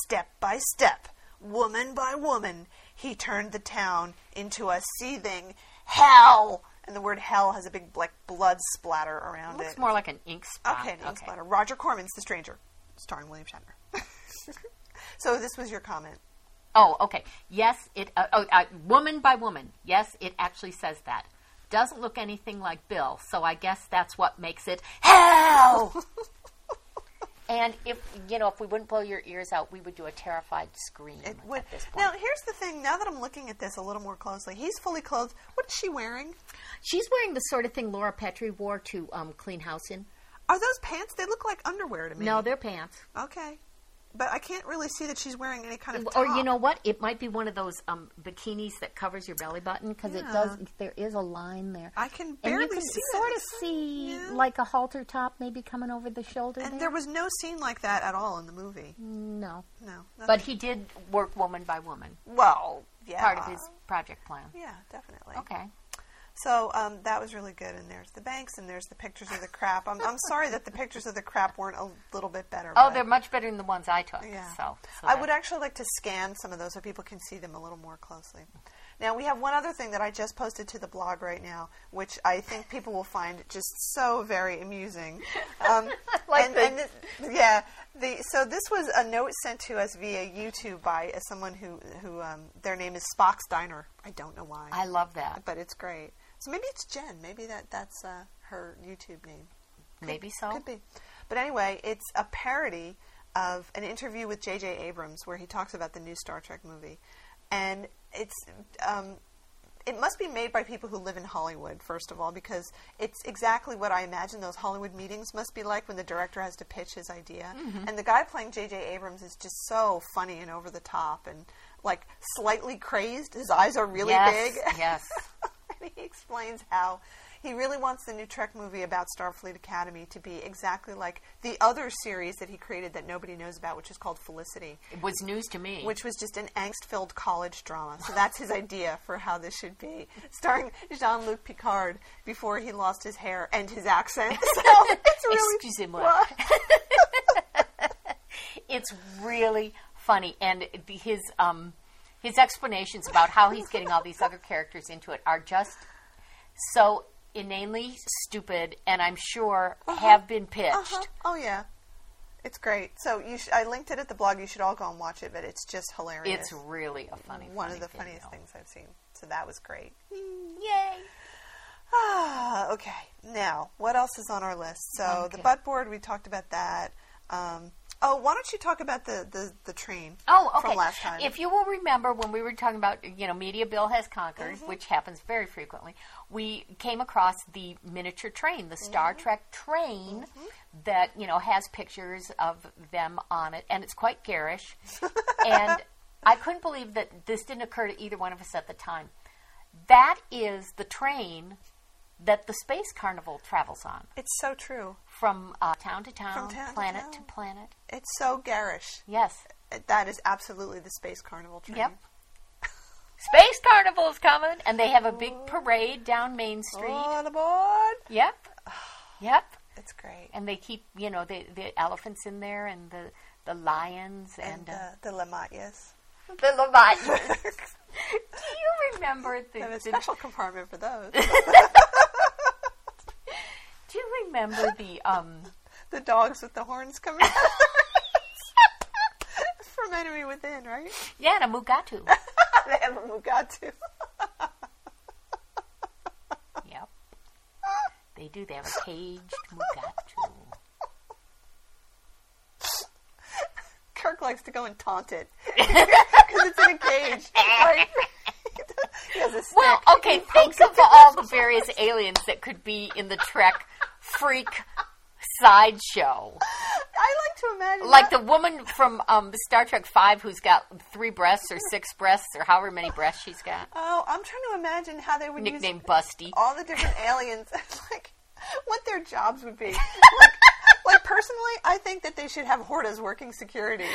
[SPEAKER 4] step by step, woman by woman, he turned the town into a seething hell. And the word hell has a big like blood splatter around
[SPEAKER 2] looks
[SPEAKER 4] it.
[SPEAKER 2] more like an ink spot.
[SPEAKER 4] Okay, ink splatter. Roger Corman's The Stranger, starring William Shatner. so this was your comment.
[SPEAKER 2] Oh, okay. Yes, it. Uh, oh, uh, woman by woman. Yes, it actually says that. Doesn't look anything like Bill, so I guess that's what makes it hell. and if you know, if we wouldn't blow your ears out, we would do a terrified scream
[SPEAKER 4] It would.
[SPEAKER 2] at this point.
[SPEAKER 4] Now here's the thing. Now that I'm looking at this a little more closely, he's fully clothed. What is she wearing?
[SPEAKER 2] She's wearing the sort of thing Laura Petrie wore to um, clean house in.
[SPEAKER 4] Are those pants? They look like underwear to me.
[SPEAKER 2] No, they're pants.
[SPEAKER 4] okay, but I can't really see that she's wearing any kind of.
[SPEAKER 2] Or you
[SPEAKER 4] top.
[SPEAKER 2] know what? It might be one of those um, bikinis that covers your belly button because it does.
[SPEAKER 4] Yeah.
[SPEAKER 2] There is a line there.
[SPEAKER 4] I can
[SPEAKER 2] and
[SPEAKER 4] barely
[SPEAKER 2] you can
[SPEAKER 4] see it.
[SPEAKER 2] sort of see
[SPEAKER 4] Yeah.
[SPEAKER 2] like a halter top maybe coming over the shoulder.
[SPEAKER 4] And there was no scene like that at all in the movie.
[SPEAKER 2] no,
[SPEAKER 4] No.
[SPEAKER 2] but he did work woman by woman,
[SPEAKER 4] well, yeah,
[SPEAKER 2] part of his project plan.
[SPEAKER 4] Yeah, definitely.
[SPEAKER 2] Okay,
[SPEAKER 4] So um, that was really good. And there's the banks, and there's the pictures of the crap. I'm, I'm sorry that the pictures of the crap weren't a little bit better.
[SPEAKER 2] oh,
[SPEAKER 4] but-
[SPEAKER 2] they're much better than the ones I took.
[SPEAKER 4] Yeah.
[SPEAKER 2] So, so
[SPEAKER 4] I would
[SPEAKER 2] that-
[SPEAKER 4] actually like to scan some of those so people can see them a little more closely. Now, we have one other thing that I just posted to the blog right now, which I think people will find just so very amusing. Um,
[SPEAKER 2] Like
[SPEAKER 4] and,
[SPEAKER 2] the-
[SPEAKER 4] and thi- yeah. The, so this was a note sent to us via YouTube by uh, someone who, who um, their name is Spock's Diner. I don't know why,
[SPEAKER 2] I love that.
[SPEAKER 4] but it's great. So maybe it's Jen. Maybe that, that's uh, her YouTube name.
[SPEAKER 2] Maybe so.
[SPEAKER 4] Could be. But anyway, it's a parody of an interview with J.J. Abrams where he talks about the new Star Trek movie. And it's. Um, it must be made by people who live in Hollywood, first of all, because it's exactly what I imagine those Hollywood meetings must be like when the director has to pitch his idea. And the guy playing J.J. Abrams is just so funny and over the top and like slightly crazed. His eyes are really
[SPEAKER 2] yes,
[SPEAKER 4] big.
[SPEAKER 2] yes.
[SPEAKER 4] and he explains how he really wants the new Trek movie about Starfleet Academy to be exactly like the other series that he created that nobody knows about, which is called Felicity,
[SPEAKER 2] It was news to me.
[SPEAKER 4] which was just an angst filled college drama. So that's his idea for how this should be, starring Jean Luc Picard before he lost his hair and his accent. So it's really.
[SPEAKER 2] Excusez-moi.
[SPEAKER 4] Well,
[SPEAKER 2] it's really funny, and the- his um, his explanations about how he's getting all these other characters into it are just so inanely stupid, and I'm sure have been pitched.
[SPEAKER 4] uh-huh. Oh, yeah. It's great. So you sh- I linked it at the blog. You should all go and watch it, but it's just hilarious.
[SPEAKER 2] It's really a funny
[SPEAKER 4] one
[SPEAKER 2] funny
[SPEAKER 4] of the
[SPEAKER 2] video.
[SPEAKER 4] funniest things I've seen. So that was great.
[SPEAKER 2] Yay!
[SPEAKER 4] Ah, okay. Now, what else is on our list? So the butt board, we talked about that. Um, oh, why don't you talk about the, the, the train
[SPEAKER 2] Oh, okay.
[SPEAKER 4] from last time?
[SPEAKER 2] If you will remember when we were talking about, you know, Media Bill has conquered,
[SPEAKER 4] Mm-hmm.
[SPEAKER 2] which happens very frequently, we came across the miniature train, the Star
[SPEAKER 4] Mm-hmm.
[SPEAKER 2] Trek train that, you know, has pictures of them on it, and it's quite garish. and I couldn't believe that this didn't occur to either one of us at the time. That is the train that the Space Carnival travels on
[SPEAKER 4] it's so true.
[SPEAKER 2] from uh, town to town,
[SPEAKER 4] town to
[SPEAKER 2] planet
[SPEAKER 4] town.
[SPEAKER 2] to planet.
[SPEAKER 4] It's so garish.
[SPEAKER 2] Yes.
[SPEAKER 4] That is absolutely the Space Carnival train.
[SPEAKER 2] Yep. Space Carnival's coming, and they have a big
[SPEAKER 4] Oh.
[SPEAKER 2] parade down Main Street.
[SPEAKER 4] On aboard!
[SPEAKER 2] Yep. Yep.
[SPEAKER 4] It's great.
[SPEAKER 2] And they keep, you know, the, the elephants in there and the, the lions and,
[SPEAKER 4] And, uh, the Lamatyas.
[SPEAKER 2] uh, the leviathans. Do you remember the,
[SPEAKER 4] They have a
[SPEAKER 2] the
[SPEAKER 4] special compartment for those.
[SPEAKER 2] Do you remember the um
[SPEAKER 4] the dogs with the horns coming out. From Enemy Within, right?
[SPEAKER 2] yeah, the Mugatu.
[SPEAKER 4] they have a Mugatu.
[SPEAKER 2] Yep. do. They have a caged Mugatu.
[SPEAKER 4] Kirk likes to go and taunt it because it's in a cage. Like, he has a stick.
[SPEAKER 2] Well, okay, think of all the various aliens that could be in the Trek freak sideshow.
[SPEAKER 4] I like to imagine
[SPEAKER 2] Like
[SPEAKER 4] that.
[SPEAKER 2] the woman from um, Star Trek Five who's got three breasts or six breasts or however many breasts she's got.
[SPEAKER 4] Oh, I'm trying to imagine how they would use
[SPEAKER 2] Nicknamed Busty.
[SPEAKER 4] all the different aliens, like what their jobs would be. Like, like personally, I think that they should have Hortas working security.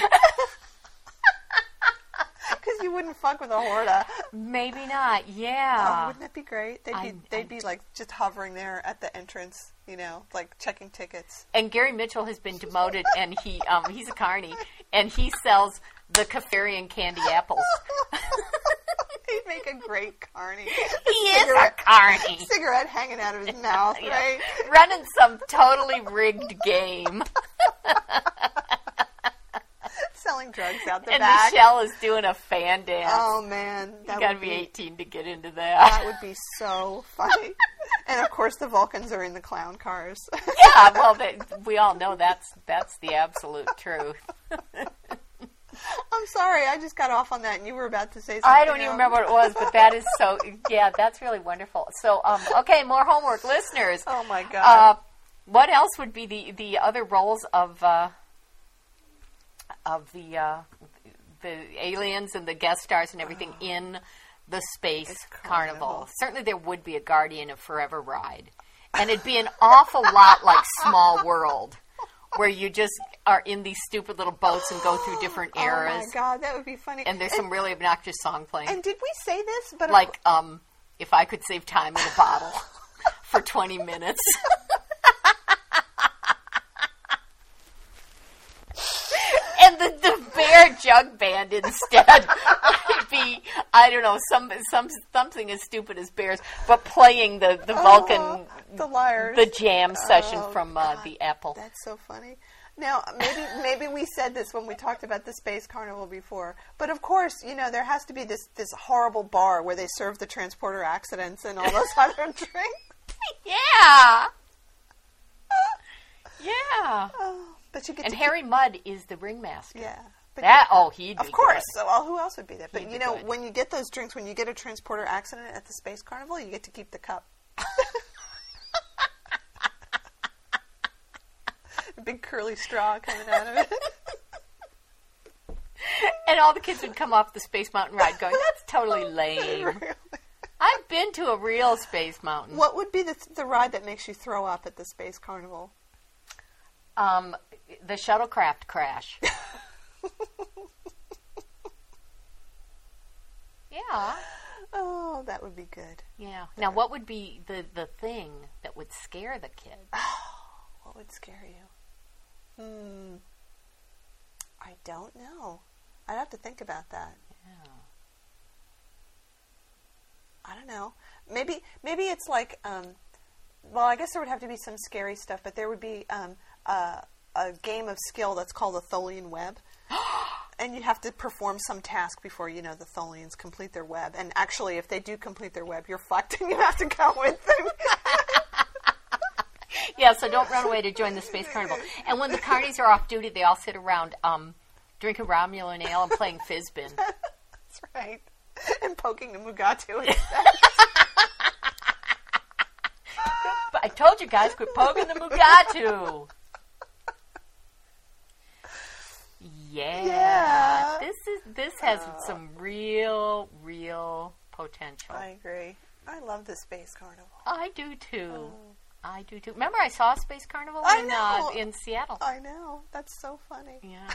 [SPEAKER 4] Because you wouldn't fuck with a Horta.
[SPEAKER 2] Maybe not,
[SPEAKER 4] Oh,
[SPEAKER 2] yeah.
[SPEAKER 4] wouldn't that be great? They'd be,
[SPEAKER 2] I'm-
[SPEAKER 4] they'd be like just hovering there at the entrance, you know, like checking tickets.
[SPEAKER 2] and Gary Mitchell has been demoted, and he um, he's a carny, and he sells the Kefarian candy apples.
[SPEAKER 4] He'd make a great carny.
[SPEAKER 2] He is a carny,
[SPEAKER 4] Cigarette hanging out of his mouth, right?
[SPEAKER 2] running some totally rigged game,
[SPEAKER 4] Selling drugs out the
[SPEAKER 2] and
[SPEAKER 4] back.
[SPEAKER 2] Michelle is doing a fan dance.
[SPEAKER 4] Oh man, that
[SPEAKER 2] you gotta
[SPEAKER 4] would
[SPEAKER 2] be
[SPEAKER 4] be
[SPEAKER 2] 18 to get into
[SPEAKER 4] That
[SPEAKER 2] that.
[SPEAKER 4] would be so funny. and of course, the Vulcans are in the clown cars.
[SPEAKER 2] yeah, well, that, we all know that's that's the absolute truth.
[SPEAKER 4] I'm sorry, I just got off on that, and you were about to say something.
[SPEAKER 2] I don't even
[SPEAKER 4] else.
[SPEAKER 2] remember what it was, but that is so. Yeah, that's really wonderful. So, um, okay, more homework, listeners.
[SPEAKER 4] Oh my god.
[SPEAKER 2] Uh, what else would be the, the other roles of uh, of the uh, the aliens and the guest stars and everything in the space carnival.
[SPEAKER 4] carnival.
[SPEAKER 2] Certainly, there would be a Guardian of Forever ride, and it'd be an awful lot like Small World, where you just are in these stupid little boats and go through different
[SPEAKER 4] oh
[SPEAKER 2] eras.
[SPEAKER 4] my god, that would be funny.
[SPEAKER 2] And there's
[SPEAKER 4] and,
[SPEAKER 2] some really obnoxious song playing,
[SPEAKER 4] and did we say this? But uh, of
[SPEAKER 2] like um, "If I Could Save Time in a Bottle" for 20 minutes. and the, the bear jug band instead would be I don't know some some something as stupid as bears, but playing the the
[SPEAKER 4] course-
[SPEAKER 2] Vulcan
[SPEAKER 4] Oh, the liars.
[SPEAKER 2] the jam session
[SPEAKER 4] Oh,
[SPEAKER 2] from uh,
[SPEAKER 4] God.
[SPEAKER 2] the Apple.
[SPEAKER 4] That's so funny. Now maybe maybe we said this when we talked about the space carnival before, but of course you know there has to be this this horrible bar where they serve the transporter accidents and all those other drinks.
[SPEAKER 2] Yeah. Yeah.
[SPEAKER 4] But you get
[SPEAKER 2] And
[SPEAKER 4] to
[SPEAKER 2] Harry Mudd is the ringmaster.
[SPEAKER 4] Yeah. But
[SPEAKER 2] That oh he'd be
[SPEAKER 4] of course.
[SPEAKER 2] good.
[SPEAKER 4] So, well, who else would be there? But
[SPEAKER 2] He'd
[SPEAKER 4] you
[SPEAKER 2] be
[SPEAKER 4] know,
[SPEAKER 2] good.
[SPEAKER 4] when you get those drinks, when you get a transporter accident at the space carnival, you get to keep the cup. a big curly straw coming out of it.
[SPEAKER 2] And all the kids would come off the Space Mountain ride going, that's totally lame. I've been to a real Space Mountain.
[SPEAKER 4] what would be the, the ride that makes you throw up at the space carnival?
[SPEAKER 2] Um, the shuttlecraft crash. yeah.
[SPEAKER 4] Oh, that would be good.
[SPEAKER 2] Yeah. Now, what would be the, the thing that would scare the kids?
[SPEAKER 4] What would scare you? Hmm. I don't know. I'd have to think about that. I don't know. Maybe maybe it's like um, well, I guess there would have to be some scary stuff, but there would be um, a, a game of skill that's called the Tholian web. And you have to perform some task before you know the Tholians complete their web. And actually, if they do complete their web, you're fucked, and you have to go with them.
[SPEAKER 2] Yeah, so don't run away to join the Space Carnival. And when the carnies are off duty, they all sit around um, drinking Romulan ale and playing Fizbin.
[SPEAKER 4] That's right. And poking the Mugatu instead.
[SPEAKER 2] But I told you guys, quit poking the Mugatu. Yeah.
[SPEAKER 4] Yeah. Uh.
[SPEAKER 2] This is this has some real, real potential.
[SPEAKER 4] I
[SPEAKER 2] I,
[SPEAKER 4] agree. I love the space carnival.
[SPEAKER 2] do too. I do too. Remember, I saw Space Carnival
[SPEAKER 4] Oh. I
[SPEAKER 2] in uh,
[SPEAKER 4] know.
[SPEAKER 2] in Seattle.
[SPEAKER 4] I know. That's so funny.
[SPEAKER 2] Yeah.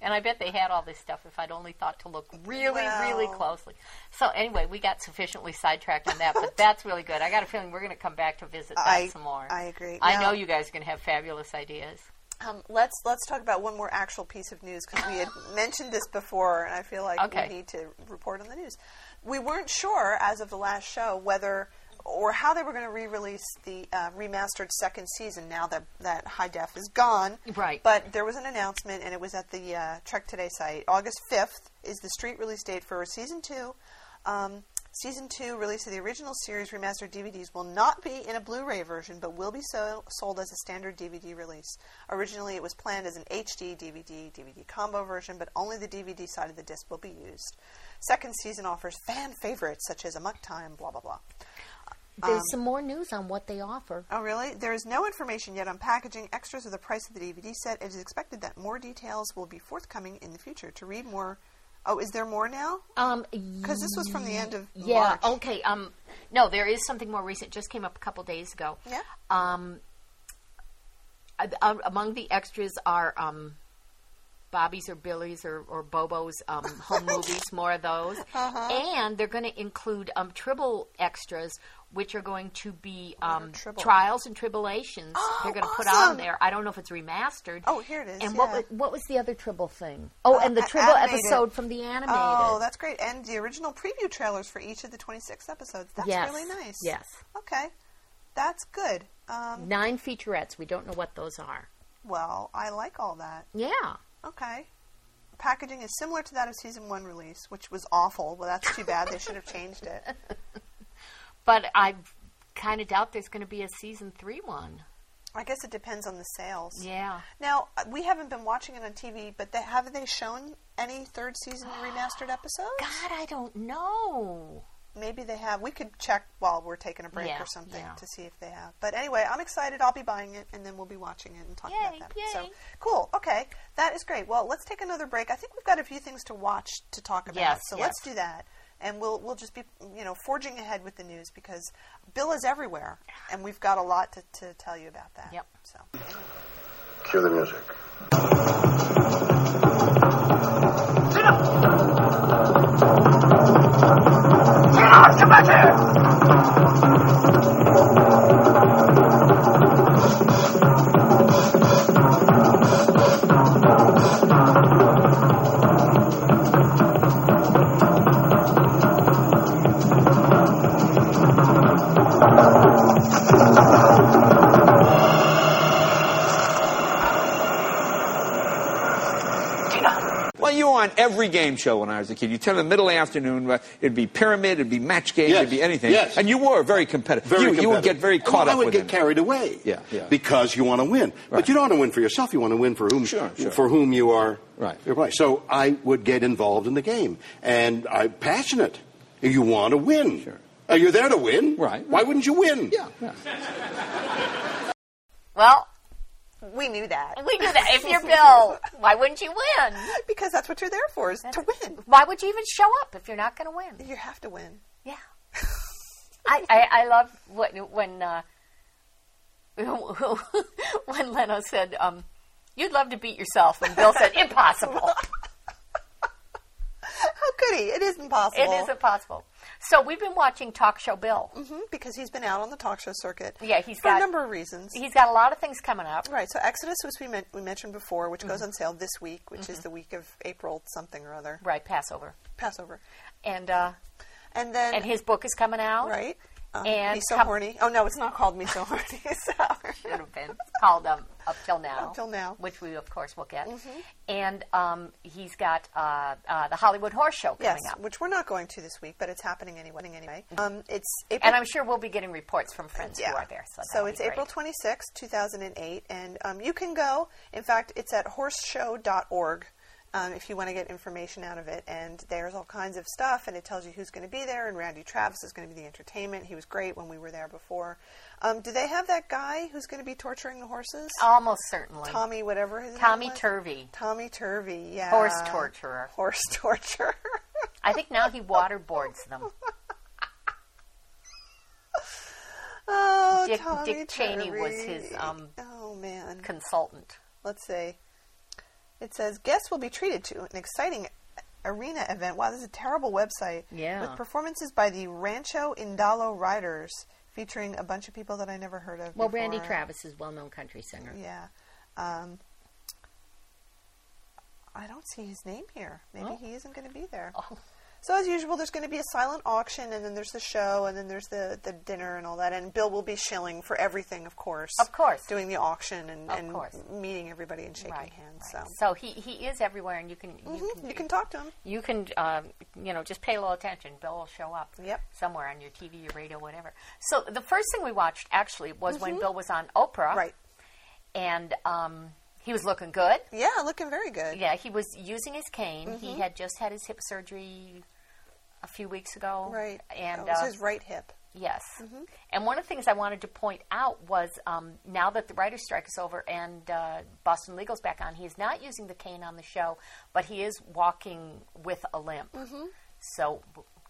[SPEAKER 2] And I bet they had all this stuff if I'd only thought to look really, really
[SPEAKER 4] Well.
[SPEAKER 2] closely. So anyway, we got sufficiently sidetracked on that, but that's really good. I got a feeling we're going to come back to visit that
[SPEAKER 4] I-
[SPEAKER 2] some more.
[SPEAKER 4] I agree.
[SPEAKER 2] I
[SPEAKER 4] Now-
[SPEAKER 2] know you guys are going to have fabulous ideas.
[SPEAKER 4] Um, let's let's talk about one more actual piece of news because we had mentioned this before, and I feel like
[SPEAKER 2] Okay.
[SPEAKER 4] we need to report on the news. We weren't sure as of the last show whether or how they were going to re-release the uh, remastered second season. Now that that high def is gone,
[SPEAKER 2] Right.
[SPEAKER 4] But there was an announcement, and it was at the uh, Trek Today site. August fifth is the street release date for season two. Um, Season 2 release of the original series remastered DVDs will not be in a Blu ray version, but will be so- sold as a standard DVD release. Originally, it was planned as an HD DVD DVD combo version, but only the DVD side of the disc will be used. Second season offers fan favorites such as Amok Time, blah, blah, blah.
[SPEAKER 8] There's
[SPEAKER 4] Um,
[SPEAKER 8] some more news on what they offer.
[SPEAKER 4] Oh, really? There is no information yet on packaging, extras, or the price of the DVD set. It is expected that more details will be forthcoming in the future. To read more. Oh, is there more now?
[SPEAKER 8] Um,
[SPEAKER 4] Because this was from the end of
[SPEAKER 8] yeah.
[SPEAKER 4] March.
[SPEAKER 8] Okay.
[SPEAKER 2] Um, no, there is something more recent. Just came up a couple days ago.
[SPEAKER 4] Yeah.
[SPEAKER 2] Um, a- a- among the extras are um, Bobby's or Billy's or, or Bobo's um, home movies, more of those.
[SPEAKER 4] Uh-huh.
[SPEAKER 2] And they're going to include um, Tribble extras, which are going to be um,
[SPEAKER 4] Tribble? Oh,
[SPEAKER 2] Trials and Tribulations. they're going to put on
[SPEAKER 4] awesome.
[SPEAKER 2] there. I don't know if it's remastered.
[SPEAKER 4] Oh, here it is.
[SPEAKER 8] And
[SPEAKER 4] yeah. Uh,
[SPEAKER 8] what wa- what was the other Tribble thing? Oh, and the
[SPEAKER 4] a-
[SPEAKER 8] Tribble
[SPEAKER 4] animated.
[SPEAKER 8] episode from the animated.
[SPEAKER 4] Oh, that's great. And the original preview trailers for each of the 26 episodes. That's
[SPEAKER 8] Yes.
[SPEAKER 4] really nice.
[SPEAKER 8] Yes.
[SPEAKER 4] Okay. That's good. Um,
[SPEAKER 2] Nine featurettes. We don't know what those are.
[SPEAKER 4] well, I like all that.
[SPEAKER 2] Yeah.
[SPEAKER 4] Okay. Packaging is similar to that of season one release, which was awful. Well, that's too bad. they should have changed it.
[SPEAKER 2] But I kind of doubt there's going to be a season three one.
[SPEAKER 4] I guess it depends on the sales.
[SPEAKER 2] Yeah.
[SPEAKER 4] Now uh, we haven't been watching it on TV, but they, have they shown any third season remastered episodes?
[SPEAKER 2] God, I don't know.
[SPEAKER 4] Maybe they have. We could check while we're taking a break
[SPEAKER 2] Yeah,
[SPEAKER 4] or something
[SPEAKER 2] yeah.
[SPEAKER 4] to see if they have. But anyway, I'm excited. I'll be buying it, and then we'll be watching it and talking
[SPEAKER 2] Yay,
[SPEAKER 4] about that. So
[SPEAKER 2] yay.
[SPEAKER 4] cool. Okay, that is great. Well, let's take another break. I think we've got a few things to watch to talk about.
[SPEAKER 2] Yes,
[SPEAKER 4] so
[SPEAKER 2] yes.
[SPEAKER 4] let's do that, and we'll we'll just be you know forging ahead with the news because Bill is everywhere, and we've got a lot to, to tell you about that.
[SPEAKER 2] Yep.
[SPEAKER 4] So.
[SPEAKER 9] Cue the music.
[SPEAKER 10] Well, you were on every game show when I was a kid. You tell the middle afternoon, uh, it'd be pyramid, it'd be match game,
[SPEAKER 9] Yes,
[SPEAKER 10] it'd be anything.
[SPEAKER 9] yes.
[SPEAKER 10] And you were very competitive.
[SPEAKER 9] Very
[SPEAKER 10] you, you would
[SPEAKER 9] competitive.
[SPEAKER 10] get very caught
[SPEAKER 9] Well, I
[SPEAKER 10] up
[SPEAKER 9] would
[SPEAKER 10] with
[SPEAKER 9] get
[SPEAKER 10] him.
[SPEAKER 9] carried away.
[SPEAKER 10] Yeah, yeah.
[SPEAKER 9] Because you want to win,
[SPEAKER 10] Right.
[SPEAKER 9] but you don't want to win for yourself. You want to win for whom
[SPEAKER 10] Sure, sure.
[SPEAKER 9] for whom you are.
[SPEAKER 10] Right.
[SPEAKER 9] Right. So I would get involved in the game, and I'm passionate. You want to win.
[SPEAKER 10] Sure.
[SPEAKER 9] Uh, You're there to win.
[SPEAKER 10] Right.
[SPEAKER 9] Why wouldn't you win?
[SPEAKER 10] Yeah, yeah.
[SPEAKER 2] Well,
[SPEAKER 4] We knew that.
[SPEAKER 2] we knew that. If you're Bill, why wouldn't you win?
[SPEAKER 4] Because that's what you're there for, is to win.
[SPEAKER 2] Why would you even show up if you're not going to win?
[SPEAKER 4] You have to win.
[SPEAKER 2] Yeah. I, I, I love when when uh, when Leno said, um, "You'd love to beat yourself," and Bill said, "Impossible.
[SPEAKER 4] How could he? It is impossible.
[SPEAKER 2] It is impossible." So we've been watching Talk Show Bill.
[SPEAKER 4] Mhm, because he's been out on the talk show circuit.
[SPEAKER 2] Yeah, he's
[SPEAKER 4] for
[SPEAKER 2] got-
[SPEAKER 4] a number of reasons.
[SPEAKER 2] He's got a lot of things coming up.
[SPEAKER 4] Right, so Exodus, which we, men- we mentioned before, which
[SPEAKER 2] Mm-hmm.
[SPEAKER 4] goes on sale this week, which is the week of April something or other,
[SPEAKER 2] Right, Passover,
[SPEAKER 4] Passover,
[SPEAKER 2] and uh,
[SPEAKER 4] and then
[SPEAKER 2] and his book is coming out.
[SPEAKER 4] right, um,
[SPEAKER 2] and
[SPEAKER 4] me so
[SPEAKER 2] com-
[SPEAKER 4] horny. Oh no, it's not called me so horny. Sorry.
[SPEAKER 2] should have been called um, up till now.
[SPEAKER 4] Up till now. Mm-hmm.
[SPEAKER 2] which we of course will get. And um, he's got uh, uh, the Hollywood Horse Show coming
[SPEAKER 4] Yes,
[SPEAKER 2] up, Mm-hmm.
[SPEAKER 4] which we're not going to this week, but it's happening anyway. Anyway, um, it's April.
[SPEAKER 2] and I'm sure we'll be getting reports from friends who are there. So, that'll be
[SPEAKER 4] it's April
[SPEAKER 2] great.
[SPEAKER 4] 26, 2008, and um, you can go. In fact, it's at horseshow.org um, if you want to get information out of it. And there's all kinds of stuff, and it tells you who's going to be there. And Randy Travis is going to be the entertainment. He was great when we were there before. Um, do they have that guy who's going to be torturing the horses?
[SPEAKER 2] Almost certainly.
[SPEAKER 4] Tommy, whatever his
[SPEAKER 2] Tommy
[SPEAKER 4] name was?
[SPEAKER 2] Turvey.
[SPEAKER 4] Tommy Turvey, yeah.
[SPEAKER 2] Horse torturer.
[SPEAKER 4] Horse torturer.
[SPEAKER 2] I think now he waterboards them.
[SPEAKER 4] oh,
[SPEAKER 2] Dick,
[SPEAKER 4] Tommy
[SPEAKER 2] Dick Cheney was
[SPEAKER 4] Turvey.
[SPEAKER 2] his um,
[SPEAKER 4] Oh man.
[SPEAKER 2] consultant.
[SPEAKER 4] let's see. It says guests will be treated to an exciting arena event. Wow, this is a terrible website.
[SPEAKER 2] Yeah.
[SPEAKER 4] With performances by the Rancho Indalo Riders, featuring a bunch of people that I never heard of.
[SPEAKER 8] well, Randy
[SPEAKER 4] before.
[SPEAKER 8] Travis is a well-known country singer.
[SPEAKER 4] Yeah. Um,
[SPEAKER 2] Oh.
[SPEAKER 4] I don't see his name here. Maybe he isn't going to be there. So as usual, there's going to be a silent auction, and then there's the show, and then there's the, the dinner and all that. And Bill will be shilling for everything, of course.
[SPEAKER 2] Of course.
[SPEAKER 4] doing the auction and,
[SPEAKER 2] Of
[SPEAKER 4] and
[SPEAKER 2] course.
[SPEAKER 4] meeting everybody and shaking hands.
[SPEAKER 2] right.
[SPEAKER 4] So,
[SPEAKER 2] So mm. he, he is everywhere, and you can you
[SPEAKER 4] Mhm,
[SPEAKER 2] can
[SPEAKER 4] you can talk to him.
[SPEAKER 2] you can um, you know just pay a little attention. Bill will show up
[SPEAKER 4] Yep.
[SPEAKER 2] somewhere on your TV, your radio, whatever. So the first thing we watched actually was when Bill was on Oprah,
[SPEAKER 4] Mm-hmm. Right.
[SPEAKER 2] And um, he was looking good.
[SPEAKER 4] Yeah, Mm-hmm. looking very good.
[SPEAKER 2] Yeah, he was using his cane. He had just had his hip surgery a few weeks ago,
[SPEAKER 4] Right.
[SPEAKER 2] And
[SPEAKER 4] That was
[SPEAKER 2] uh,
[SPEAKER 4] his right hip.
[SPEAKER 2] Yes.
[SPEAKER 4] Mm-hmm.
[SPEAKER 2] And one of the things I wanted to point out was um, now that the writer's strike is over and uh, Boston Legal's back on, he is not using the cane on the show, but he is walking with a limp.
[SPEAKER 4] Mm-hmm.
[SPEAKER 2] So,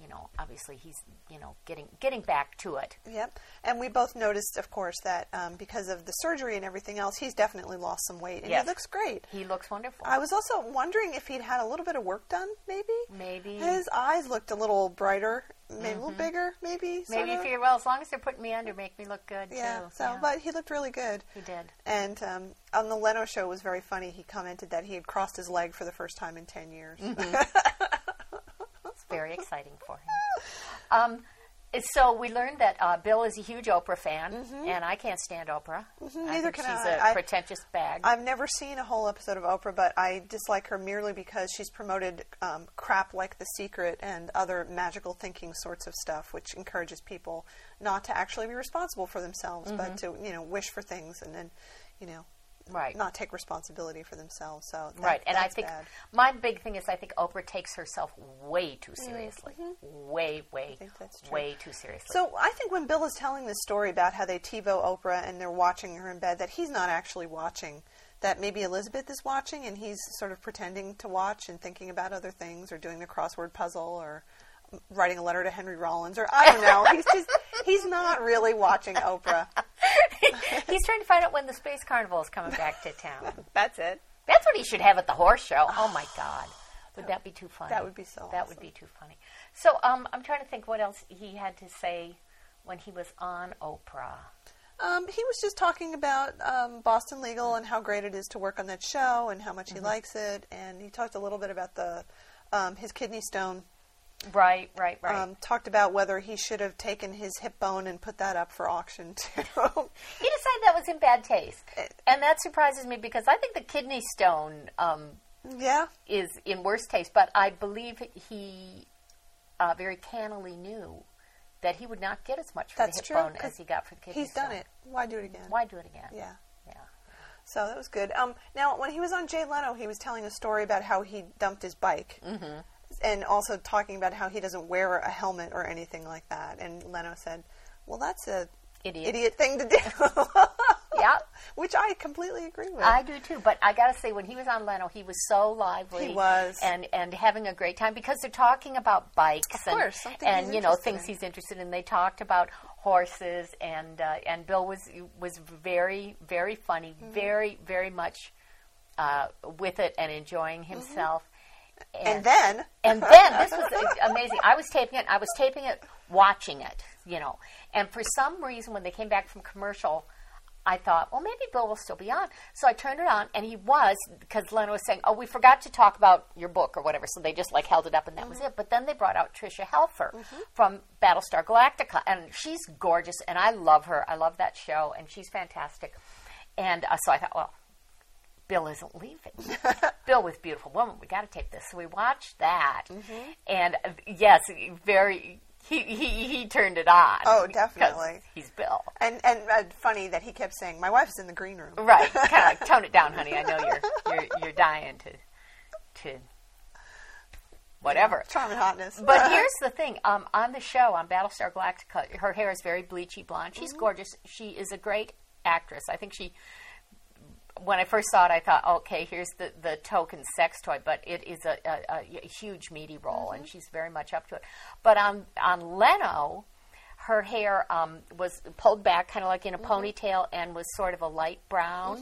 [SPEAKER 2] you know, obviously he's, you know, getting getting back to it.
[SPEAKER 4] Yep. And we both noticed, of course, that um, because of the surgery and everything else, he's definitely lost some weight, and
[SPEAKER 2] Yes.
[SPEAKER 4] he looks great.
[SPEAKER 2] He looks wonderful.
[SPEAKER 4] I was also wondering if he'd had a little bit of work done, maybe.
[SPEAKER 2] Maybe.
[SPEAKER 4] His eyes looked a little brighter, maybe a little bigger, maybe.
[SPEAKER 2] Maybe
[SPEAKER 4] sorta.
[SPEAKER 2] you figure, well, as long as they're putting me under, make me look good,
[SPEAKER 4] Yeah.
[SPEAKER 2] too.
[SPEAKER 4] So, but he looked really good.
[SPEAKER 2] He did.
[SPEAKER 4] And um, on the Leno show it was very funny. He commented that he had crossed his leg for the first time in ten years.
[SPEAKER 2] It's very exciting for him. Um, so we learned that uh, Bill is a huge Oprah fan, and I can't stand Oprah. I
[SPEAKER 4] Mm-hmm. neither
[SPEAKER 2] think
[SPEAKER 4] can
[SPEAKER 2] she's
[SPEAKER 4] I.
[SPEAKER 2] a
[SPEAKER 4] I-
[SPEAKER 2] pretentious bag.
[SPEAKER 4] I've never seen a whole episode of Oprah, but I dislike her merely because she's promoted um, crap like The Secret and other magical thinking sorts of stuff, which encourages people not to actually be responsible for themselves, but to you know wish for things and then you know
[SPEAKER 2] Mm-hmm. Right.
[SPEAKER 4] not take responsibility for themselves. So that-
[SPEAKER 2] right, and I
[SPEAKER 4] that's
[SPEAKER 2] think
[SPEAKER 4] bad.
[SPEAKER 2] my big thing is I think Oprah takes herself way too seriously, way, way,
[SPEAKER 4] Mm-hmm. think that's true.
[SPEAKER 2] way too seriously.
[SPEAKER 4] So I think when Bill is telling this story about how they TiVo Oprah and they're watching her in bed, that he's not actually watching. That maybe Elizabeth is watching and he's sort of pretending to watch and thinking about other things or doing the crossword puzzle or writing a letter to Henry Rollins or I don't know. he's just he's not really watching Oprah.
[SPEAKER 2] he's trying to find out when the space carnival is coming back to town.
[SPEAKER 4] That's it.
[SPEAKER 2] That's what he should have at the horse show. Oh my God, would that be too funny?
[SPEAKER 4] that would be so
[SPEAKER 2] That would
[SPEAKER 4] awesome.
[SPEAKER 2] be too funny. So um, I'm trying to think what else he had to say when he was on Oprah.
[SPEAKER 4] Um, he was just talking about um, Boston Legal and how great it is to work on that show and how much he likes it. And he talked a little bit about the um, his kidney stone
[SPEAKER 2] Right, right, right.
[SPEAKER 4] um, talked about whether he should have taken his hip bone and put that up for auction too.
[SPEAKER 2] he decided that was in bad taste,
[SPEAKER 4] Eh.
[SPEAKER 2] and that surprises me because I think the kidney stone. Um,
[SPEAKER 4] yeah,
[SPEAKER 2] is in worse taste, but I believe he uh, very cannily knew that he would not get as much for
[SPEAKER 4] that's
[SPEAKER 2] the hip
[SPEAKER 4] true.
[SPEAKER 2] bone
[SPEAKER 4] 'cause
[SPEAKER 2] as he got for the kidney
[SPEAKER 4] He's done
[SPEAKER 2] stone.
[SPEAKER 4] it. Why do it again?
[SPEAKER 2] Why do it again?
[SPEAKER 4] Yeah.
[SPEAKER 2] Yeah.
[SPEAKER 4] So that was good. Um, now, when he was on Jay Leno, he was telling a story about how he dumped his bike, mm-hmm. and also talking about how he doesn't wear a helmet or anything like that. And Leno said, "Well, that's a
[SPEAKER 2] Idiot.
[SPEAKER 4] thing to do."
[SPEAKER 2] Yeah.
[SPEAKER 4] Which I completely agree with.
[SPEAKER 2] I do too, but I gotta say, when he was on Leno, he was so lively.
[SPEAKER 4] He was.
[SPEAKER 2] and and having a great time because they're talking about bikes,
[SPEAKER 4] Of
[SPEAKER 2] and,
[SPEAKER 4] course, something
[SPEAKER 2] and
[SPEAKER 4] he's
[SPEAKER 2] you know
[SPEAKER 4] interested
[SPEAKER 2] things
[SPEAKER 4] in.
[SPEAKER 2] he's interested in. They talked about horses, and uh, and Bill was was very very funny,
[SPEAKER 4] Mm-hmm.
[SPEAKER 2] very very much uh, with it and enjoying himself.
[SPEAKER 4] Mm-hmm. and then
[SPEAKER 2] And then this was uh, amazing. I was taping it. I was taping it, watching it, you know. And for some reason, when they came back from commercial, I thought, well, maybe Bill will still be on. So I turned it on, and he was because Lena was saying, "Oh, we forgot to talk about your book or whatever." So they just like held it up, and that was it. But then they brought out Trisha Helfer from Battlestar Galactica, and she's gorgeous, and I love her. I love that show, and she's fantastic. And uh, so I thought, well, Bill isn't leaving. Bill with beautiful woman. We got to take this. So we watched that,
[SPEAKER 4] Mm-hmm.
[SPEAKER 2] and uh, yes, very. He, he he turned it on.
[SPEAKER 4] Oh,
[SPEAKER 2] because
[SPEAKER 4] definitely.
[SPEAKER 2] He's Bill.
[SPEAKER 4] and and uh, funny that he kept saying, "My wife's in the green room."
[SPEAKER 2] Right. kind of like tone it down, honey. I know you're you're you're dying to to whatever.
[SPEAKER 4] Charm and hotness.
[SPEAKER 2] But here's the thing: um, on the show on Battlestar Galactica, her hair is very bleachy blonde. She's gorgeous. She is a great actress. I think she. When I first saw it, I thought, okay, here's the, the token sex toy, but it is a, a, a huge meaty role, and she's very much up to it. But on on Leno, her hair um, was pulled back, kind of like in a
[SPEAKER 4] Mm-hmm.
[SPEAKER 2] ponytail, and was sort of a light brown.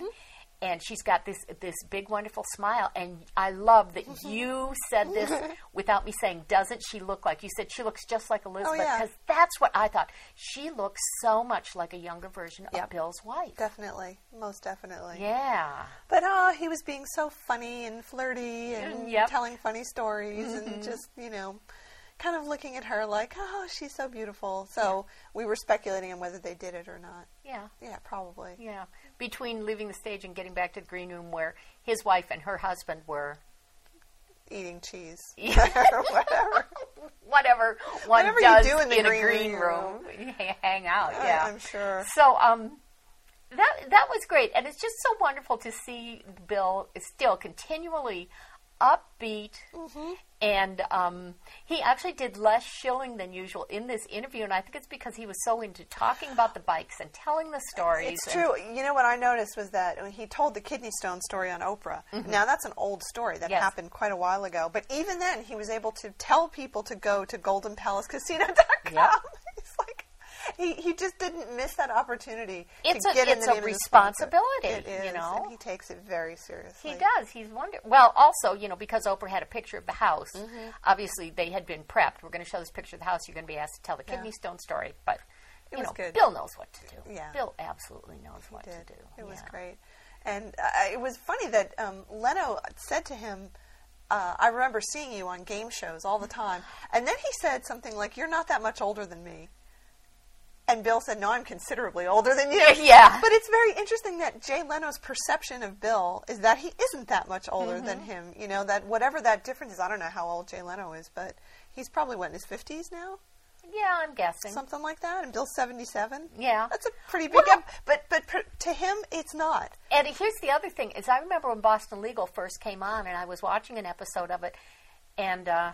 [SPEAKER 2] And she's got this this big wonderful smile, and I love that
[SPEAKER 4] Mm-hmm.
[SPEAKER 2] you said this without me saying, "Doesn't she look like?" You said she looks just like Elizabeth
[SPEAKER 4] Oh, yeah.
[SPEAKER 2] because that's what I thought. She looks so much like a younger version
[SPEAKER 4] Yep.
[SPEAKER 2] of Bill's wife.
[SPEAKER 4] Definitely, most definitely.
[SPEAKER 2] Yeah,
[SPEAKER 4] But ah, he was being so funny and flirty and
[SPEAKER 2] Mm, Yep. Mm-hmm.
[SPEAKER 4] telling funny stories and just you know kind of looking at her like, oh, she's so beautiful. So we were speculating on whether they did it or not.
[SPEAKER 2] Yeah.
[SPEAKER 4] Yeah, probably.
[SPEAKER 2] Yeah. Between leaving the stage and getting back to the green room where his wife and her husband were
[SPEAKER 4] Eating cheese. or whatever.
[SPEAKER 2] whatever one
[SPEAKER 4] Whatever you
[SPEAKER 2] does
[SPEAKER 4] do in the
[SPEAKER 2] a
[SPEAKER 4] green
[SPEAKER 2] green room,
[SPEAKER 4] room.
[SPEAKER 2] hang out.
[SPEAKER 4] I-
[SPEAKER 2] Yeah,
[SPEAKER 4] I'm sure.
[SPEAKER 2] So um, that that was great, and it's just so wonderful to see Bill is still continually upbeat,
[SPEAKER 4] Mm-hmm.
[SPEAKER 2] and um, he actually did less shilling than usual in this interview, and I think it's because he was so into talking about the bikes and telling the stories.
[SPEAKER 4] It's
[SPEAKER 2] and-
[SPEAKER 4] true. You know what I noticed was that when he told the kidney stone story on Oprah. Now that's an old story that
[SPEAKER 2] Mm-hmm. Yes.
[SPEAKER 4] happened quite a while ago, but even then he was able to tell people to go to goldenpalacecasino.com.
[SPEAKER 2] Yep.
[SPEAKER 4] It's like he, he just didn't miss that opportunity
[SPEAKER 2] It's
[SPEAKER 4] to
[SPEAKER 2] a-
[SPEAKER 4] get in
[SPEAKER 2] it's
[SPEAKER 4] the
[SPEAKER 2] a
[SPEAKER 4] name of the sponsor.
[SPEAKER 2] responsibility,
[SPEAKER 4] It is,
[SPEAKER 2] you know?
[SPEAKER 4] and he takes it very seriously.
[SPEAKER 2] He does. He's wonder. Well, also, you know, because Oprah had a picture of the house.
[SPEAKER 4] Mm-hmm.
[SPEAKER 2] Obviously, they had been prepped. We're going to show this picture of the house. You're going to be asked to tell the kidney stone story, but you
[SPEAKER 4] was
[SPEAKER 2] know,
[SPEAKER 4] good.
[SPEAKER 2] Bill knows what to do.
[SPEAKER 4] Yeah.
[SPEAKER 2] Bill absolutely knows what
[SPEAKER 4] did.
[SPEAKER 2] to do.
[SPEAKER 4] It was
[SPEAKER 2] Yeah.
[SPEAKER 4] great. And uh, it was funny that um, Leno said to him, uh, I remember seeing you on game shows all the time. And then he said something like, You're not that much older than me. And Bill said, No, I'm considerably older than you.
[SPEAKER 2] Yeah.
[SPEAKER 4] But it's very interesting that Jay Leno's perception of Bill is that he isn't that much older
[SPEAKER 2] Mm-hmm.
[SPEAKER 4] than him. You know, that whatever that difference is, I don't know how old Jay Leno is, but he's probably, what, in his 50s now?
[SPEAKER 2] Yeah, I'm guessing.
[SPEAKER 4] something like that, and Bill's seventy-seven.
[SPEAKER 2] Yeah.
[SPEAKER 4] that's a pretty big
[SPEAKER 2] Well,
[SPEAKER 4] gap. But but pr- to him, it's not.
[SPEAKER 2] And here's the other thing: is I remember when Boston Legal first came on, and I was watching an episode of it, and uh,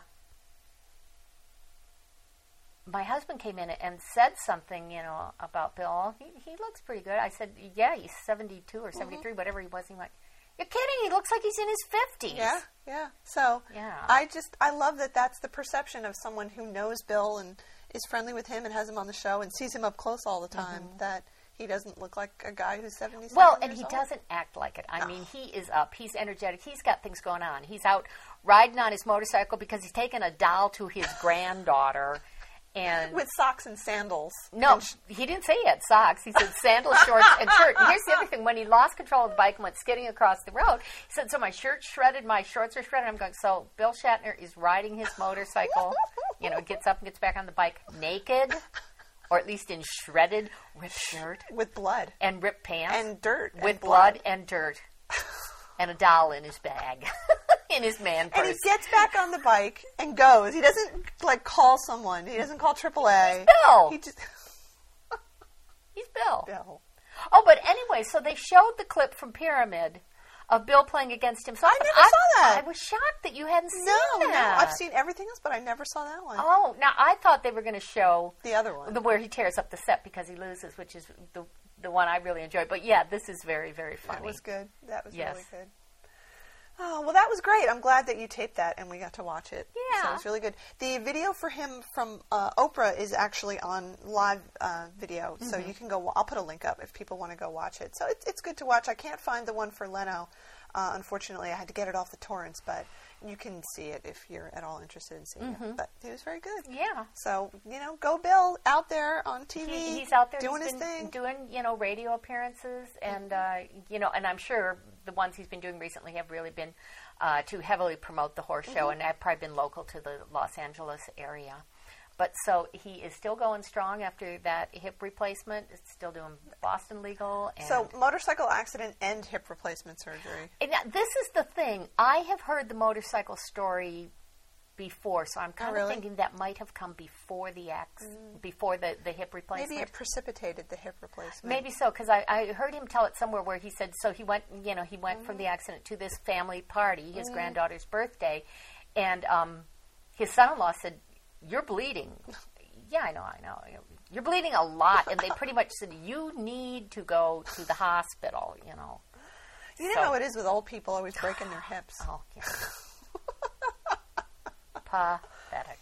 [SPEAKER 2] my husband came in and said something, you know, about Bill. He, he looks pretty good. I said, "Yeah, he's 72 or 73, whatever he was." He went, "You're kidding? He looks like he's in his 50s."
[SPEAKER 4] Yeah, yeah. So
[SPEAKER 2] Yeah.
[SPEAKER 4] I just I love that. That's the perception of someone who knows Bill and is friendly with him and has him on the show and sees him up close all the time. That he doesn't look like a guy who's seventy-seven.
[SPEAKER 2] Mm-hmm. Well, and
[SPEAKER 4] years
[SPEAKER 2] he
[SPEAKER 4] old.
[SPEAKER 2] doesn't act like it.
[SPEAKER 4] Ah.
[SPEAKER 2] I mean, he is up. He's energetic. He's got things going on. He's out riding on his motorcycle because he's taking a doll to his granddaughter. And
[SPEAKER 4] with socks and sandals.
[SPEAKER 2] No, he didn't say he had socks. He said sandals, shorts, and shirt. And here's the other thing: when he lost control of the bike and went skidding across the road, he said, "So my shirt's shredded, my shorts are shredded." I'm going, "So Bill Shatner is riding his motorcycle, you know, gets up and gets back on the bike naked, or at least in shredded ripped shirt
[SPEAKER 4] with blood.
[SPEAKER 2] and ripped pants
[SPEAKER 4] And dirt and
[SPEAKER 2] with
[SPEAKER 4] blood.
[SPEAKER 2] and dirt, and a doll in his bag, in his man purse."
[SPEAKER 4] And he gets back on the bike and goes. He doesn't like call someone. He doesn't call AAA.
[SPEAKER 2] Bill.
[SPEAKER 4] He just
[SPEAKER 2] He's Bill.
[SPEAKER 4] Bill.
[SPEAKER 2] Oh, but anyway, so they showed the clip from Pyramid of Bill playing against himself.
[SPEAKER 4] I
[SPEAKER 2] and
[SPEAKER 4] never saw that.
[SPEAKER 2] I was shocked that you hadn't seen
[SPEAKER 4] No, no.
[SPEAKER 2] that.
[SPEAKER 4] I've seen everything else, but I never saw that one.
[SPEAKER 2] Oh, now I thought they were going to show
[SPEAKER 4] The other one.
[SPEAKER 2] the where he tears up the set because he loses, which is the the one I really enjoyed. But yeah, this is very very funny.
[SPEAKER 4] That was good. That was really
[SPEAKER 2] Yes.
[SPEAKER 4] good. Oh, well, that was great. I'm glad that you taped that and we got to watch it. So it
[SPEAKER 2] Yeah.
[SPEAKER 4] was really good. The video for him from uh, Oprah is actually on live uh, video, so
[SPEAKER 2] Mm-hmm.
[SPEAKER 4] you can go. I'll put a link up if people want to go watch it. So it's, it's good to watch. I can't find the one for Leno. Uh, unfortunately, I had to get it off the torrents, but you can see it if you're at all interested in seeing it. But it was very good.
[SPEAKER 2] Mm-hmm. Yeah.
[SPEAKER 4] So, you know, go Bill out there on TV.
[SPEAKER 2] He, he's out there
[SPEAKER 4] doing
[SPEAKER 2] he's
[SPEAKER 4] his
[SPEAKER 2] been
[SPEAKER 4] thing.
[SPEAKER 2] doing you know radio appearances, and uh, you know, and I'm sure the ones he's been doing recently have really been uh, to heavily promote the horse
[SPEAKER 4] Mm-hmm.
[SPEAKER 2] show, and have probably been local to the Los Angeles area. But so he is still going strong after that hip replacement. It's still doing Boston legal. And
[SPEAKER 4] So, motorcycle accident and hip replacement surgery.
[SPEAKER 2] And now, this is the thing. I have heard the motorcycle story before, so I'm kind of
[SPEAKER 4] Oh, really? Mm.
[SPEAKER 2] thinking that might have come before the ax, before the, the hip replacement.
[SPEAKER 4] Maybe it precipitated the hip replacement.
[SPEAKER 2] Maybe so, because I, I heard him tell it somewhere where he said so he went, you know, he went from the accident to this family party, his granddaughter's birthday, and um, his son-in-law said, "You're bleeding." yeah, I know, I know. You're bleeding a lot, and they pretty much said you need to go to the hospital. You know.
[SPEAKER 4] You know
[SPEAKER 2] so-
[SPEAKER 4] how it is with old people always breaking their hips.
[SPEAKER 2] Oh, yeah. Pathetic.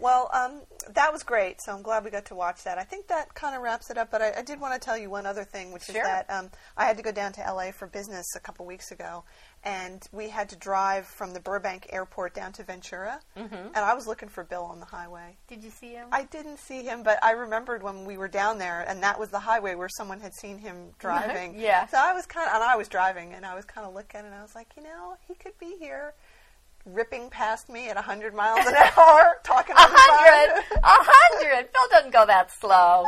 [SPEAKER 4] Well, um, that was great, so I'm glad we got to watch that. I think that kind of wraps it up, but I, I did want to tell you one other thing, which
[SPEAKER 2] Sure.
[SPEAKER 4] is that um, I had to go down to LA for business a couple weeks ago, and we had to drive from the Burbank airport down to Ventura,
[SPEAKER 2] Mm-hmm.
[SPEAKER 4] and I was looking for Bill on the highway.
[SPEAKER 2] Did you see him?
[SPEAKER 4] I didn't see him, but I remembered when we were down there, and that was the highway where someone had seen him driving.
[SPEAKER 2] Yeah.
[SPEAKER 4] So I was kind of, and I was driving, and I was kind of looking, and I was like, you know, he could be here. ripping past me at 100 miles an hour, talking
[SPEAKER 2] A
[SPEAKER 4] on the
[SPEAKER 2] hundred,
[SPEAKER 4] phone.
[SPEAKER 2] a hundred. Phil doesn't go that slow.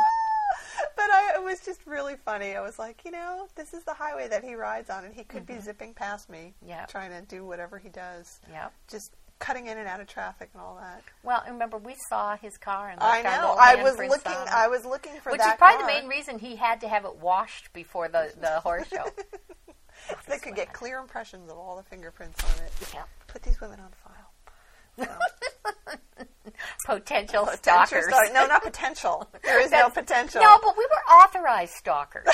[SPEAKER 4] but I, it was just really funny. I was like, you know, this is the highway that he rides on, and he could
[SPEAKER 2] Mm-hmm.
[SPEAKER 4] be zipping past me,
[SPEAKER 2] Yeah.
[SPEAKER 4] trying to do whatever he does.
[SPEAKER 2] Yeah.
[SPEAKER 4] Just cutting in and out of traffic and all that.
[SPEAKER 2] Well, and remember we saw his car and
[SPEAKER 4] I
[SPEAKER 2] left our
[SPEAKER 4] know.
[SPEAKER 2] little
[SPEAKER 4] I was
[SPEAKER 2] handprints
[SPEAKER 4] looking.
[SPEAKER 2] on it.
[SPEAKER 4] I was looking for
[SPEAKER 2] which
[SPEAKER 4] that
[SPEAKER 2] is probably
[SPEAKER 4] car
[SPEAKER 2] the main reason he had to have it washed before the the horror show.
[SPEAKER 4] They could get clear impressions of all the fingerprints on it.
[SPEAKER 2] Yeah.
[SPEAKER 4] Put these women on file.
[SPEAKER 2] Potential
[SPEAKER 4] Potential
[SPEAKER 2] stalkers.
[SPEAKER 4] stalk- No, not potential. There is no
[SPEAKER 2] That's-
[SPEAKER 4] potential.
[SPEAKER 2] No, but we were authorized stalkers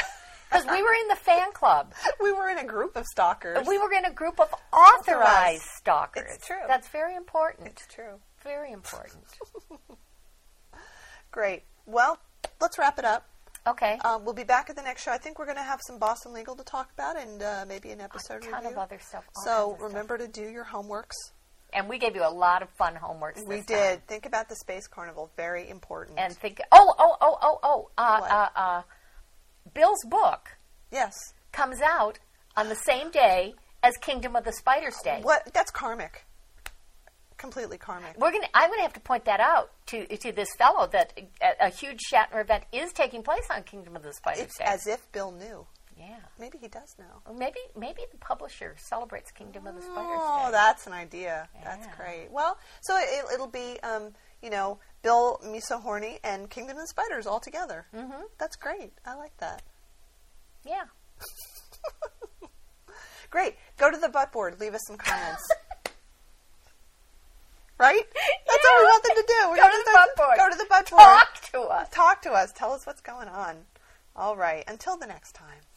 [SPEAKER 2] because we were in the fan club.
[SPEAKER 4] we were in a group of stalkers.
[SPEAKER 2] We were in a group of authorized
[SPEAKER 4] Authorized.
[SPEAKER 2] stalkers.
[SPEAKER 4] It's true.
[SPEAKER 2] That's very important.
[SPEAKER 4] it's true.
[SPEAKER 2] Very important.
[SPEAKER 4] Great. Well, let's wrap it up.
[SPEAKER 2] Okay.
[SPEAKER 4] Um, we'll be back at the next show. I think we're going to have some Boston Legal to talk about and uh, maybe an episode
[SPEAKER 2] ton of
[SPEAKER 4] review.
[SPEAKER 2] other stuff, all kinds
[SPEAKER 4] So
[SPEAKER 2] of stuff.
[SPEAKER 4] remember to do your homeworks.
[SPEAKER 2] and we gave you a lot of fun homeworks.
[SPEAKER 4] we
[SPEAKER 2] this
[SPEAKER 4] did.
[SPEAKER 2] time.
[SPEAKER 4] Think about the space carnival. Very important.
[SPEAKER 2] And think. Oh, oh, oh, oh, oh. Uh,
[SPEAKER 4] What?
[SPEAKER 2] uh, uh, Bill's book
[SPEAKER 4] yes.
[SPEAKER 2] comes out on the same day as Kingdom of the Spiders Day.
[SPEAKER 4] What? That's karmic. Completely karmic.
[SPEAKER 2] We're gonna. I'm gonna have to point that out to to this fellow that a, a huge Shatner event is taking place on Kingdom of the Spiders
[SPEAKER 4] It's
[SPEAKER 2] Day.
[SPEAKER 4] as if Bill knew.
[SPEAKER 2] yeah.
[SPEAKER 4] Maybe he does know.
[SPEAKER 2] Or maybe maybe the publisher celebrates Kingdom of the Spiders
[SPEAKER 4] Oh,
[SPEAKER 2] Day.
[SPEAKER 4] that's an idea. That's
[SPEAKER 2] Yeah.
[SPEAKER 4] great. Well, so it, it'll be, um, you know, Bill Misohorny and Kingdom of the Spiders all together. Mm-hmm. That's great. I like that.
[SPEAKER 2] yeah.
[SPEAKER 4] Great. Go to the butt board. Leave us some comments. right? That's what we want them to do. We
[SPEAKER 2] Go
[SPEAKER 4] want
[SPEAKER 2] to
[SPEAKER 4] them
[SPEAKER 2] the butt board.
[SPEAKER 4] Go to the butt board.
[SPEAKER 2] Talk to us.
[SPEAKER 4] Talk to us. Tell us what's going on. All right. Until the next time.